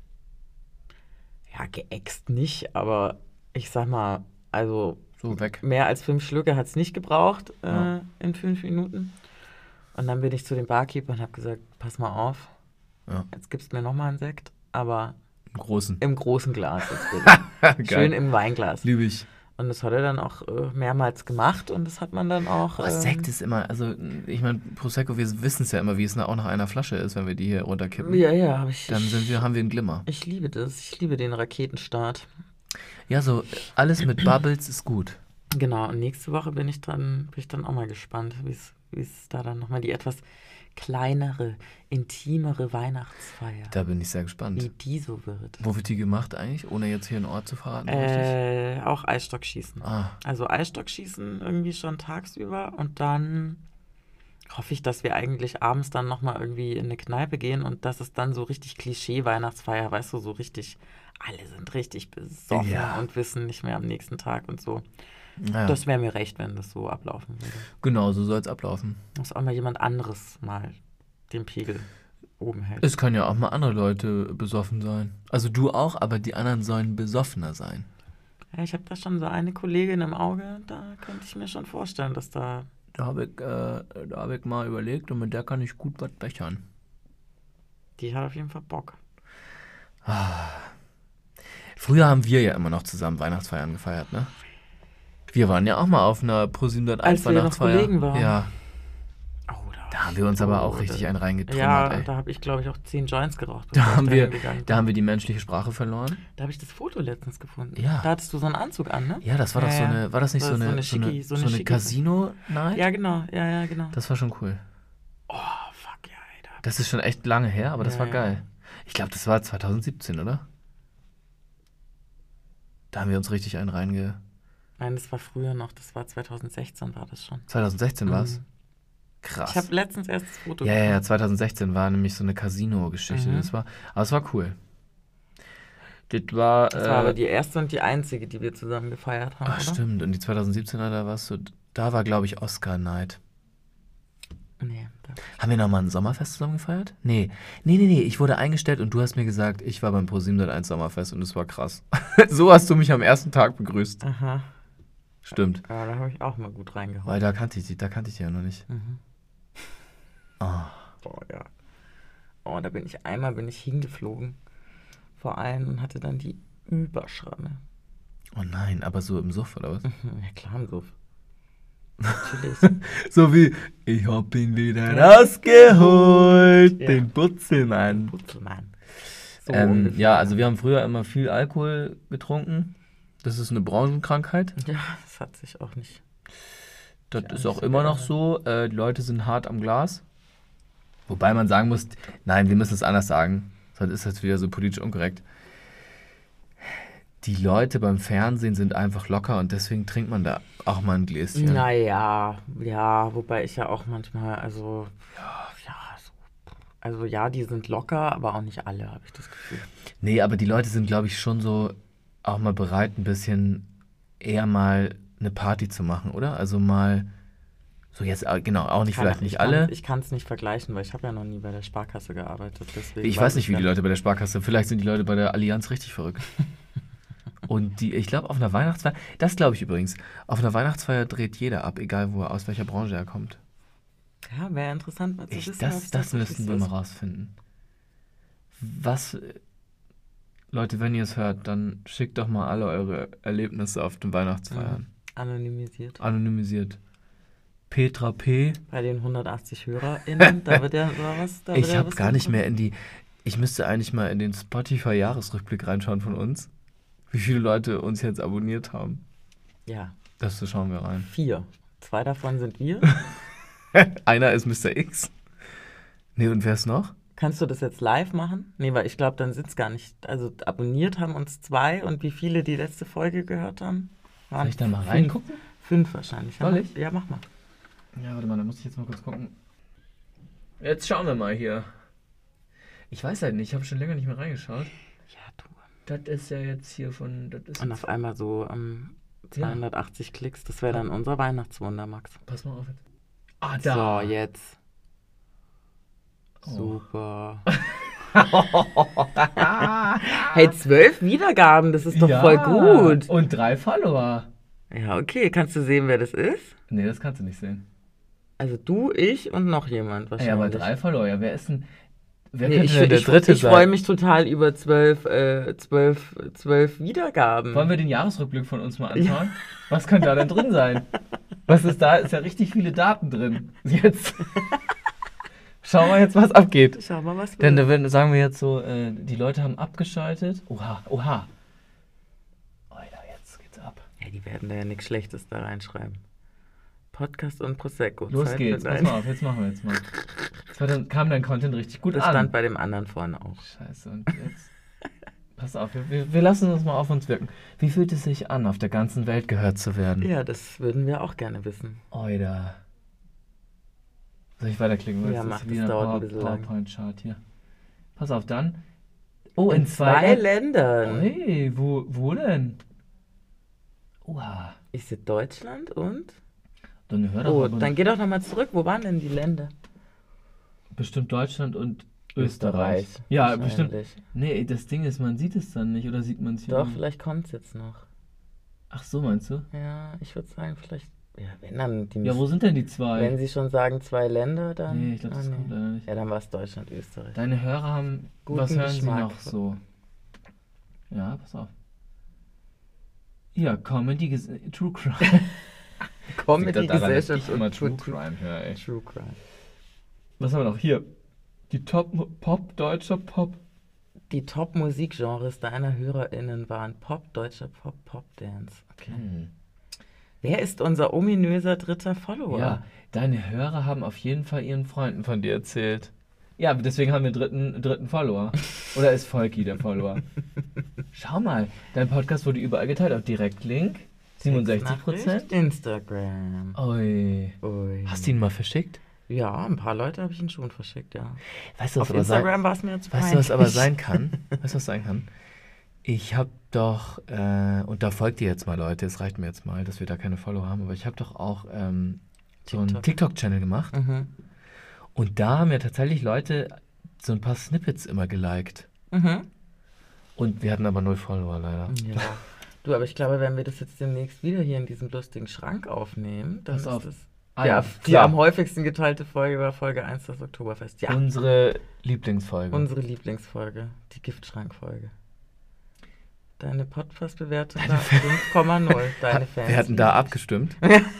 Speaker 3: ja, geäxt nicht, aber ich sag mal, also
Speaker 2: So, weg.
Speaker 3: mehr als fünf Schlücke hat es nicht gebraucht äh,
Speaker 2: Ja.
Speaker 3: in fünf Minuten. Und dann bin ich zu dem Barkeeper und habe gesagt, pass mal auf,
Speaker 2: Ja.
Speaker 3: jetzt gibst du mir nochmal einen Sekt, aber
Speaker 2: Im Großen.
Speaker 3: im großen Glas jetzt bitte.
Speaker 2: Geil.
Speaker 3: Schön im Weinglas.
Speaker 2: Liebe ich.
Speaker 3: Und das hat er dann auch äh, mehrmals gemacht und das hat man dann auch...
Speaker 2: Boah,
Speaker 3: ähm,
Speaker 2: Sekt ist immer, also ich meine, Prosecco, wir wissen es ja immer, wie es na- auch nach einer Flasche ist, wenn wir die hier runterkippen.
Speaker 3: Ja, ja, habe ich...
Speaker 2: Dann sind wir, haben wir einen Glimmer.
Speaker 3: ich liebe das, ich liebe den Raketenstart.
Speaker 2: Ja, so alles mit Bubbles ist gut.
Speaker 3: Genau, und nächste Woche bin ich dann, bin ich dann auch mal gespannt, wie es- wie es da dann nochmal die etwas kleinere, intimere Weihnachtsfeier...
Speaker 2: Da bin ich sehr gespannt.
Speaker 3: wie die so wird.
Speaker 2: Wo wird die gemacht eigentlich, ohne jetzt hier einen Ort zu verraten? richtig?
Speaker 3: Äh, auch Eisstockschießen.
Speaker 2: Ah,
Speaker 3: Also Eisstockschießen irgendwie schon tagsüber und dann hoffe ich, dass wir eigentlich abends dann nochmal irgendwie in eine Kneipe gehen und das ist dann so richtig Klischee-Weihnachtsfeier, weißt du, so richtig, alle sind richtig besoffen
Speaker 2: Ja.
Speaker 3: und wissen nicht mehr am nächsten Tag und so.
Speaker 2: naja.
Speaker 3: Das wäre mir recht, wenn das so ablaufen würde.
Speaker 2: genau, so soll es ablaufen.
Speaker 3: Dass auch mal jemand anderes mal den Pegel oben hält.
Speaker 2: Es können ja auch mal andere Leute besoffen sein. Also du auch, aber die anderen sollen besoffener sein.
Speaker 3: Ja, ich habe da schon so eine Kollegin im Auge, da könnte ich mir schon vorstellen, dass da
Speaker 2: Da habe ich, äh, da hab ich mal überlegt und mit der kann ich gut was bechern.
Speaker 3: die hat auf jeden Fall Bock.
Speaker 2: Früher haben wir ja immer noch zusammen Weihnachtsfeiern gefeiert, ne? Wir waren ja auch mal auf einer Pro 701
Speaker 3: Als wir noch
Speaker 2: Weihnachtsfeier.
Speaker 3: Kollegen waren.
Speaker 2: Ja,
Speaker 3: Oh, da,
Speaker 2: da haben wir uns aber auch richtig einen reingetrunken.
Speaker 3: Ja,
Speaker 2: ey.
Speaker 3: da habe ich, glaube ich, auch zehn Joints geraucht. bevor
Speaker 2: Da haben,
Speaker 3: ich
Speaker 2: wir,
Speaker 3: hingegangen
Speaker 2: da
Speaker 3: bin.
Speaker 2: haben wir die menschliche Sprache verloren.
Speaker 3: da habe ich das Foto letztens gefunden.
Speaker 2: Ja.
Speaker 3: Da hattest du so einen Anzug an, ne?
Speaker 2: Ja, das war doch
Speaker 3: Ja,
Speaker 2: so
Speaker 3: ja.
Speaker 2: eine, war das nicht
Speaker 3: Das
Speaker 2: so
Speaker 3: ist
Speaker 2: eine,
Speaker 3: so eine
Speaker 2: so eine,
Speaker 3: schicke-
Speaker 2: so
Speaker 3: so
Speaker 2: eine,
Speaker 3: eine schicke-
Speaker 2: Casino-Night?
Speaker 3: Ja, genau. Ja, ja, genau.
Speaker 2: Das war schon cool.
Speaker 3: oh, fuck, ja, ey. Da,
Speaker 2: Das ist schon echt lange her, aber das
Speaker 3: Ja,
Speaker 2: war
Speaker 3: ja.
Speaker 2: geil. Ich glaube, das war 2017, oder? Da haben wir uns richtig einen reinge...
Speaker 3: nein, das war früher noch. Das war 2016 war das schon.
Speaker 2: 2016 war es?
Speaker 3: Mhm.
Speaker 2: Krass.
Speaker 3: Ich habe letztens erst das Foto
Speaker 2: Ja, ja, ja,
Speaker 3: gefunden.
Speaker 2: 2016 war nämlich so eine Casino-Geschichte.
Speaker 3: Mhm.
Speaker 2: Das war, aber es war cool. Das war.
Speaker 3: Das war aber die erste und die einzige, die wir zusammen gefeiert haben,
Speaker 2: Äh, ach,
Speaker 3: oder?
Speaker 2: stimmt. Und die 2017er, da warst du. Da war, glaube ich, Oscar Night.
Speaker 3: Nee, da,
Speaker 2: Haben wir nochmal ein Sommerfest zusammen gefeiert? Nee. Nee, nee, nee. Ich wurde eingestellt und du hast mir gesagt, ich war beim Pro701 Sommerfest und es war krass. so hast du mich am ersten Tag begrüßt.
Speaker 3: aha.
Speaker 2: Stimmt.
Speaker 3: Ja, da habe ich auch mal gut reingehauen.
Speaker 2: Weil da kannte ich dich, da kannte ich dich ja noch nicht.
Speaker 3: Mhm.
Speaker 2: Ah.
Speaker 3: Boah, ja. Oh, da bin ich einmal bin ich hingeflogen. Vor allem und hatte dann die Überschramme.
Speaker 2: Oh nein, aber so im Suff oder was?
Speaker 3: Mhm, Ja, klar, im Suff. Natürlich.
Speaker 2: So wie, ich hab ihn wieder rausgeholt, den Putzen an.
Speaker 3: Putzelmann. So
Speaker 2: ähm,
Speaker 3: ungefähr.
Speaker 2: ja, also wir haben früher immer viel Alkohol getrunken. Das ist eine Branchenkrankheit.
Speaker 3: ja, das hat sich auch nicht.
Speaker 2: Das
Speaker 3: Ja,
Speaker 2: ist
Speaker 3: nicht
Speaker 2: auch immer noch
Speaker 3: geändert.
Speaker 2: so. Äh, die Leute sind hart am Glas. Wobei man sagen muss, nein, wir müssen es anders sagen. Sonst ist das wieder so politisch unkorrekt. Die Leute beim Fernsehen sind einfach locker und deswegen trinkt man da auch mal ein Gläschen.
Speaker 3: Naja, ja, wobei ich ja auch manchmal, also, ja, ja, so. Also ja, die sind locker, aber auch nicht alle, habe ich das Gefühl.
Speaker 2: Nee, aber die Leute sind, glaube ich, schon so auch mal bereit, ein bisschen eher mal eine Party zu machen, oder? Also mal so jetzt, äh, genau, auch nicht,
Speaker 3: Keine-
Speaker 2: vielleicht nicht
Speaker 3: ich
Speaker 2: alle.
Speaker 3: Kann, ich kann es nicht vergleichen, weil ich habe ja noch nie bei der Sparkasse gearbeitet. Deswegen
Speaker 2: Ich weiß nicht, wie
Speaker 3: gar
Speaker 2: die Leute bei der Sparkasse, vielleicht sind die Leute bei der Allianz richtig verrückt. Und die, ich glaube, auf einer Weihnachtsfeier, das glaube ich übrigens, auf einer Weihnachtsfeier dreht jeder ab, egal wo er, aus welcher Branche er kommt.
Speaker 3: Ja, wäre interessant mal zu
Speaker 2: Ich,
Speaker 3: wissen.
Speaker 2: das
Speaker 3: was
Speaker 2: das
Speaker 3: wirklich
Speaker 2: müssen
Speaker 3: so
Speaker 2: wir mal
Speaker 3: ist.
Speaker 2: rausfinden. Was, äh, Leute, wenn ihr es hört, dann schickt doch mal alle eure Erlebnisse auf den Weihnachtsfeiern.
Speaker 3: Mhm. Anonymisiert.
Speaker 2: Anonymisiert. Petra P.
Speaker 3: Bei den 180 HörerInnen, da wird ja sowas. Da wird
Speaker 2: Ich
Speaker 3: ja
Speaker 2: habe
Speaker 3: was
Speaker 2: gar nicht
Speaker 3: gemacht.
Speaker 2: mehr in die. Ich müsste eigentlich mal in den Spotify-Jahresrückblick reinschauen von uns, wie viele Leute uns jetzt abonniert haben.
Speaker 3: Ja,
Speaker 2: Das schauen wir rein.
Speaker 3: vier. Zwei davon sind wir.
Speaker 2: Einer ist Mr. X. Nee, und wer ist noch?
Speaker 3: Kannst du das jetzt live machen? Nee, weil ich glaube, dann sind es gar nicht. Also abonniert haben uns zwei und wie viele die letzte Folge gehört haben? Waren
Speaker 2: Soll ich da mal
Speaker 3: fünf-
Speaker 2: reingucken?
Speaker 3: Fünf wahrscheinlich. Ja,
Speaker 2: Soll
Speaker 3: mach-
Speaker 2: ich?
Speaker 3: Ja, mach mal.
Speaker 2: Ja, warte mal, da muss ich jetzt mal kurz gucken. Jetzt schauen wir mal hier. Ich weiß halt nicht, ich habe schon länger nicht mehr reingeschaut.
Speaker 3: Ja, du.
Speaker 2: Das ist ja jetzt hier von. Das ist
Speaker 3: Und auf einmal so ähm,
Speaker 2: Ja.
Speaker 3: 280 Klicks, das wäre dann unser Weihnachtswunder, Max.
Speaker 2: pass mal auf jetzt. Ah,
Speaker 3: So, jetzt.
Speaker 2: Oh.
Speaker 3: Super. hey, zwölf Wiedergaben, das ist doch voll gut.
Speaker 2: Und drei Follower.
Speaker 3: Ja, okay, kannst du sehen, wer das ist?
Speaker 2: Nee, das kannst du nicht sehen.
Speaker 3: Also du, ich und noch jemand wahrscheinlich.
Speaker 2: Ja, aber drei Follower, ja, wer ist denn. Wer
Speaker 3: Nee, ich
Speaker 2: könnte denn der
Speaker 3: ich,
Speaker 2: dritte
Speaker 3: ich
Speaker 2: sein?
Speaker 3: freue mich total über zwölf, äh, zwölf, zwölf Wiedergaben.
Speaker 2: Wollen wir den Jahresrückblick von uns mal anschauen? Was könnte da denn drin sein? Was ist da? Ist ja richtig viele Daten drin. Jetzt. Schauen wir jetzt, was abgeht.
Speaker 3: Schau mal, was
Speaker 2: Denn
Speaker 3: wir...
Speaker 2: da werden- sagen wir jetzt so, äh, die Leute haben abgeschaltet. Oha, oha. Alter, jetzt geht's ab.
Speaker 3: Ja, die werden da ja nichts Schlechtes da reinschreiben. Podcast und Prosecco.
Speaker 2: Los
Speaker 3: Zeit
Speaker 2: geht's.
Speaker 3: für
Speaker 2: Pass
Speaker 3: dein-
Speaker 2: mal auf, jetzt machen wir jetzt mal. Das war dann, kam dein Content richtig gut
Speaker 3: Das
Speaker 2: an.
Speaker 3: stand bei dem anderen vorne auch.
Speaker 2: Scheiße, und jetzt. Pass auf, wir- wir, wir lassen uns mal auf uns wirken. Wie fühlt es sich an, auf der ganzen Welt gehört zu werden?
Speaker 3: Ja, das würden wir auch gerne wissen.
Speaker 2: Oida. Soll ich weiterklicken? weil
Speaker 3: Ja,
Speaker 2: es
Speaker 3: mach,
Speaker 2: ist
Speaker 3: das
Speaker 2: wieder ein
Speaker 3: dauert ein
Speaker 2: Power-
Speaker 3: bisschen lang.
Speaker 2: PowerPoint-Chart hier. Pass auf, dann. Oh, in,
Speaker 3: In
Speaker 2: zwei.
Speaker 3: zwei Ländern.
Speaker 2: Hey, wo, wo denn? Oha.
Speaker 3: Ist es Deutschland und?
Speaker 2: Dann hör doch
Speaker 3: Oh,
Speaker 2: aber
Speaker 3: dann geh doch nochmal zurück. Wo waren denn die Länder?
Speaker 2: bestimmt Deutschland und Österreich. Ja, bestimmt.
Speaker 3: wahrscheinlich.
Speaker 2: Nee, das Ding ist, man sieht es dann nicht, oder sieht man es hier?
Speaker 3: Doch,
Speaker 2: nur?
Speaker 3: vielleicht kommt es jetzt noch.
Speaker 2: Ach so, meinst du?
Speaker 3: Ja, ich würde sagen, vielleicht. Ja, wenn dann die
Speaker 2: Ja, wo sind denn die zwei?
Speaker 3: Wenn sie Ah, schon sagen zwei Länder, dann.
Speaker 2: Nee, ich glaube, das kommt leider nicht.
Speaker 3: Ja, dann war es Deutschland, Österreich.
Speaker 2: Deine Hörer haben.
Speaker 3: Guten
Speaker 2: was hören
Speaker 3: Geschmack.
Speaker 2: sie noch so? Ja, pass auf. Ja, Comedy, Ges True Crime.
Speaker 3: Comedy,
Speaker 2: Liegt das daran, dass
Speaker 3: Gesellschaft
Speaker 2: ich immer
Speaker 3: und
Speaker 2: True
Speaker 3: True,
Speaker 2: Crime höre, ey.
Speaker 3: True Crime.
Speaker 2: Was haben wir noch? Hier. Die Top Pop, deutscher Pop.
Speaker 3: Die Top-Musikgenres deiner HörerInnen waren Pop, deutscher Pop, Pop-Dance. Okay. Wer ist unser ominöser dritter Follower?
Speaker 2: Ja, deine Hörer haben auf jeden Fall ihren Freunden von dir erzählt. Ja, deswegen haben wir einen dritten, dritten Follower. Oder ist Volki der Follower? Schau mal, dein Podcast wurde überall geteilt auf Direktlink. 67 Prozent.
Speaker 3: Nachricht, Instagram.
Speaker 2: Oi.
Speaker 3: Ui.
Speaker 2: Hast du ihn mal verschickt?
Speaker 3: Ja, ein paar Leute habe ich ihn schon verschickt, ja.
Speaker 2: Weißt du, was
Speaker 3: Auf
Speaker 2: aber sein,
Speaker 3: Instagram war es mir jetzt
Speaker 2: weißt du, was aber sein kann? Weißt du, was sein kann? Ich habe doch, äh, und da folgt ihr jetzt mal, Leute, es reicht mir jetzt mal, dass wir da keine Follower haben, aber ich habe doch auch ähm, so einen
Speaker 3: TikTok.
Speaker 2: TikTok-Channel gemacht.
Speaker 3: Mhm.
Speaker 2: Und da haben ja tatsächlich Leute so ein paar Snippets immer geliked.
Speaker 3: Mhm.
Speaker 2: Und wir hatten aber null Follower leider.
Speaker 3: Ja. Du, aber ich glaube, wenn wir das jetzt demnächst wieder hier in diesem lustigen Schrank aufnehmen, dann
Speaker 2: Pass
Speaker 3: ist
Speaker 2: auf.
Speaker 3: das
Speaker 2: Ah
Speaker 3: ja,
Speaker 2: ja,
Speaker 3: die
Speaker 2: klar.
Speaker 3: am häufigsten geteilte Folge war Folge 1 des Oktoberfest. Ja,
Speaker 2: Unsere Lieblingsfolge.
Speaker 3: unsere Lieblingsfolge, die Giftschrankfolge. Deine Podcast-Bewertung war 5,0, deine Fans.
Speaker 2: Wir hatten da abgestimmt.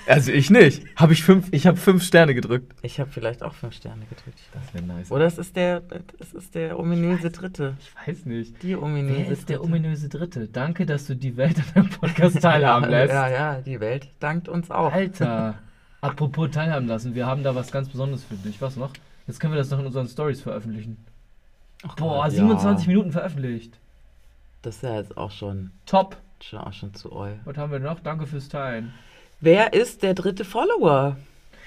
Speaker 2: Also ich nicht. Habe ich fünf, ich habe fünf Sterne gedrückt.
Speaker 3: Ich habe vielleicht auch fünf Sterne gedrückt. ich weiß
Speaker 2: Das wäre nice.
Speaker 3: nicht. Oder es ist der, es ist der ominöse Dritte.
Speaker 2: Ich weiß nicht.
Speaker 3: Die
Speaker 2: Wer
Speaker 3: ominöse
Speaker 2: ist der
Speaker 3: Dritte.
Speaker 2: ominöse Dritte? Danke, dass du die Welt an deinem Podcast teilhaben lässt.
Speaker 3: Ja, ja, die Welt dankt uns auch.
Speaker 2: Halt, Alter. Apropos teilhaben lassen, wir haben da was ganz Besonderes für dich. Was noch? Jetzt können wir das noch in unseren Stories veröffentlichen.
Speaker 3: Ach
Speaker 2: Boah,
Speaker 3: Oh Gott,
Speaker 2: 27
Speaker 3: ja.
Speaker 2: Minuten veröffentlicht.
Speaker 3: Das ist ja jetzt auch schon,
Speaker 2: Top.
Speaker 3: schon, auch schon zu eu.
Speaker 2: Was haben wir noch? Danke fürs Teilen.
Speaker 3: Wer ist der dritte Follower?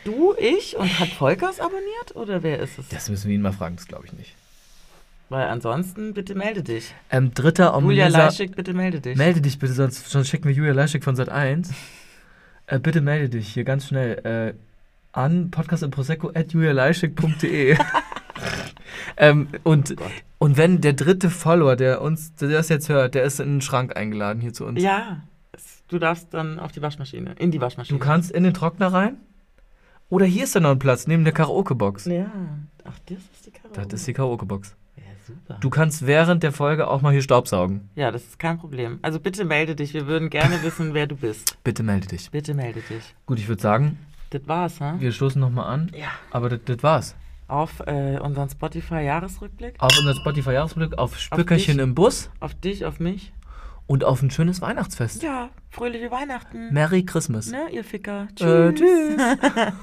Speaker 3: Du, ich und hat Volkers abonniert oder wer ist es?
Speaker 2: Das müssen wir ihn mal fragen, das glaube ich nicht.
Speaker 3: Weil ansonsten bitte melde dich.
Speaker 2: Ähm, dritter
Speaker 3: Julia
Speaker 2: ominöser...
Speaker 3: Leischig, bitte melde dich.
Speaker 2: Melde dich bitte, sonst, sonst schicken wir Julia Leischik von Sat 1. Äh, bitte melde dich hier ganz schnell äh, an podcastimprosecco.julialeischik.de. ähm,
Speaker 3: Oh
Speaker 2: und, und wenn der dritte Follower, der uns, der das jetzt hört, der ist in den Schrank eingeladen hier zu uns.
Speaker 3: ja, es- du darfst dann auf die Waschmaschine, in die Waschmaschine.
Speaker 2: Du kannst in den Trockner rein. Oder hier ist ja noch ein Platz, neben der Karaoke-Box.
Speaker 3: Ja, ach, das ist die Karaoke.
Speaker 2: Das ist die Karaoke-Box.
Speaker 3: ja, super.
Speaker 2: Du kannst während der Folge auch mal hier Staubsaugen.
Speaker 3: ja, das ist kein Problem. Also bitte melde dich. Wir würden gerne wissen, wer du bist.
Speaker 2: Bitte melde dich.
Speaker 3: Bitte melde dich.
Speaker 2: Gut, ich würde sagen,
Speaker 3: Das war's, ha?
Speaker 2: wir stoßen nochmal an.
Speaker 3: Ja.
Speaker 2: Aber das- das war's.
Speaker 3: Auf äh, unseren Spotify-Jahresrückblick.
Speaker 2: auf unseren Spotify-Jahresblick, auf Spückerchen
Speaker 3: dich.
Speaker 2: im Bus
Speaker 3: Auf dich, auf mich.
Speaker 2: und auf ein schönes Weihnachtsfest.
Speaker 3: Ja, Ne- fröhliche Weihnachten. Äh,
Speaker 2: Merry Christmas.
Speaker 3: Ne, ihr Ficker. Tschüss.
Speaker 2: Äh, tschüss.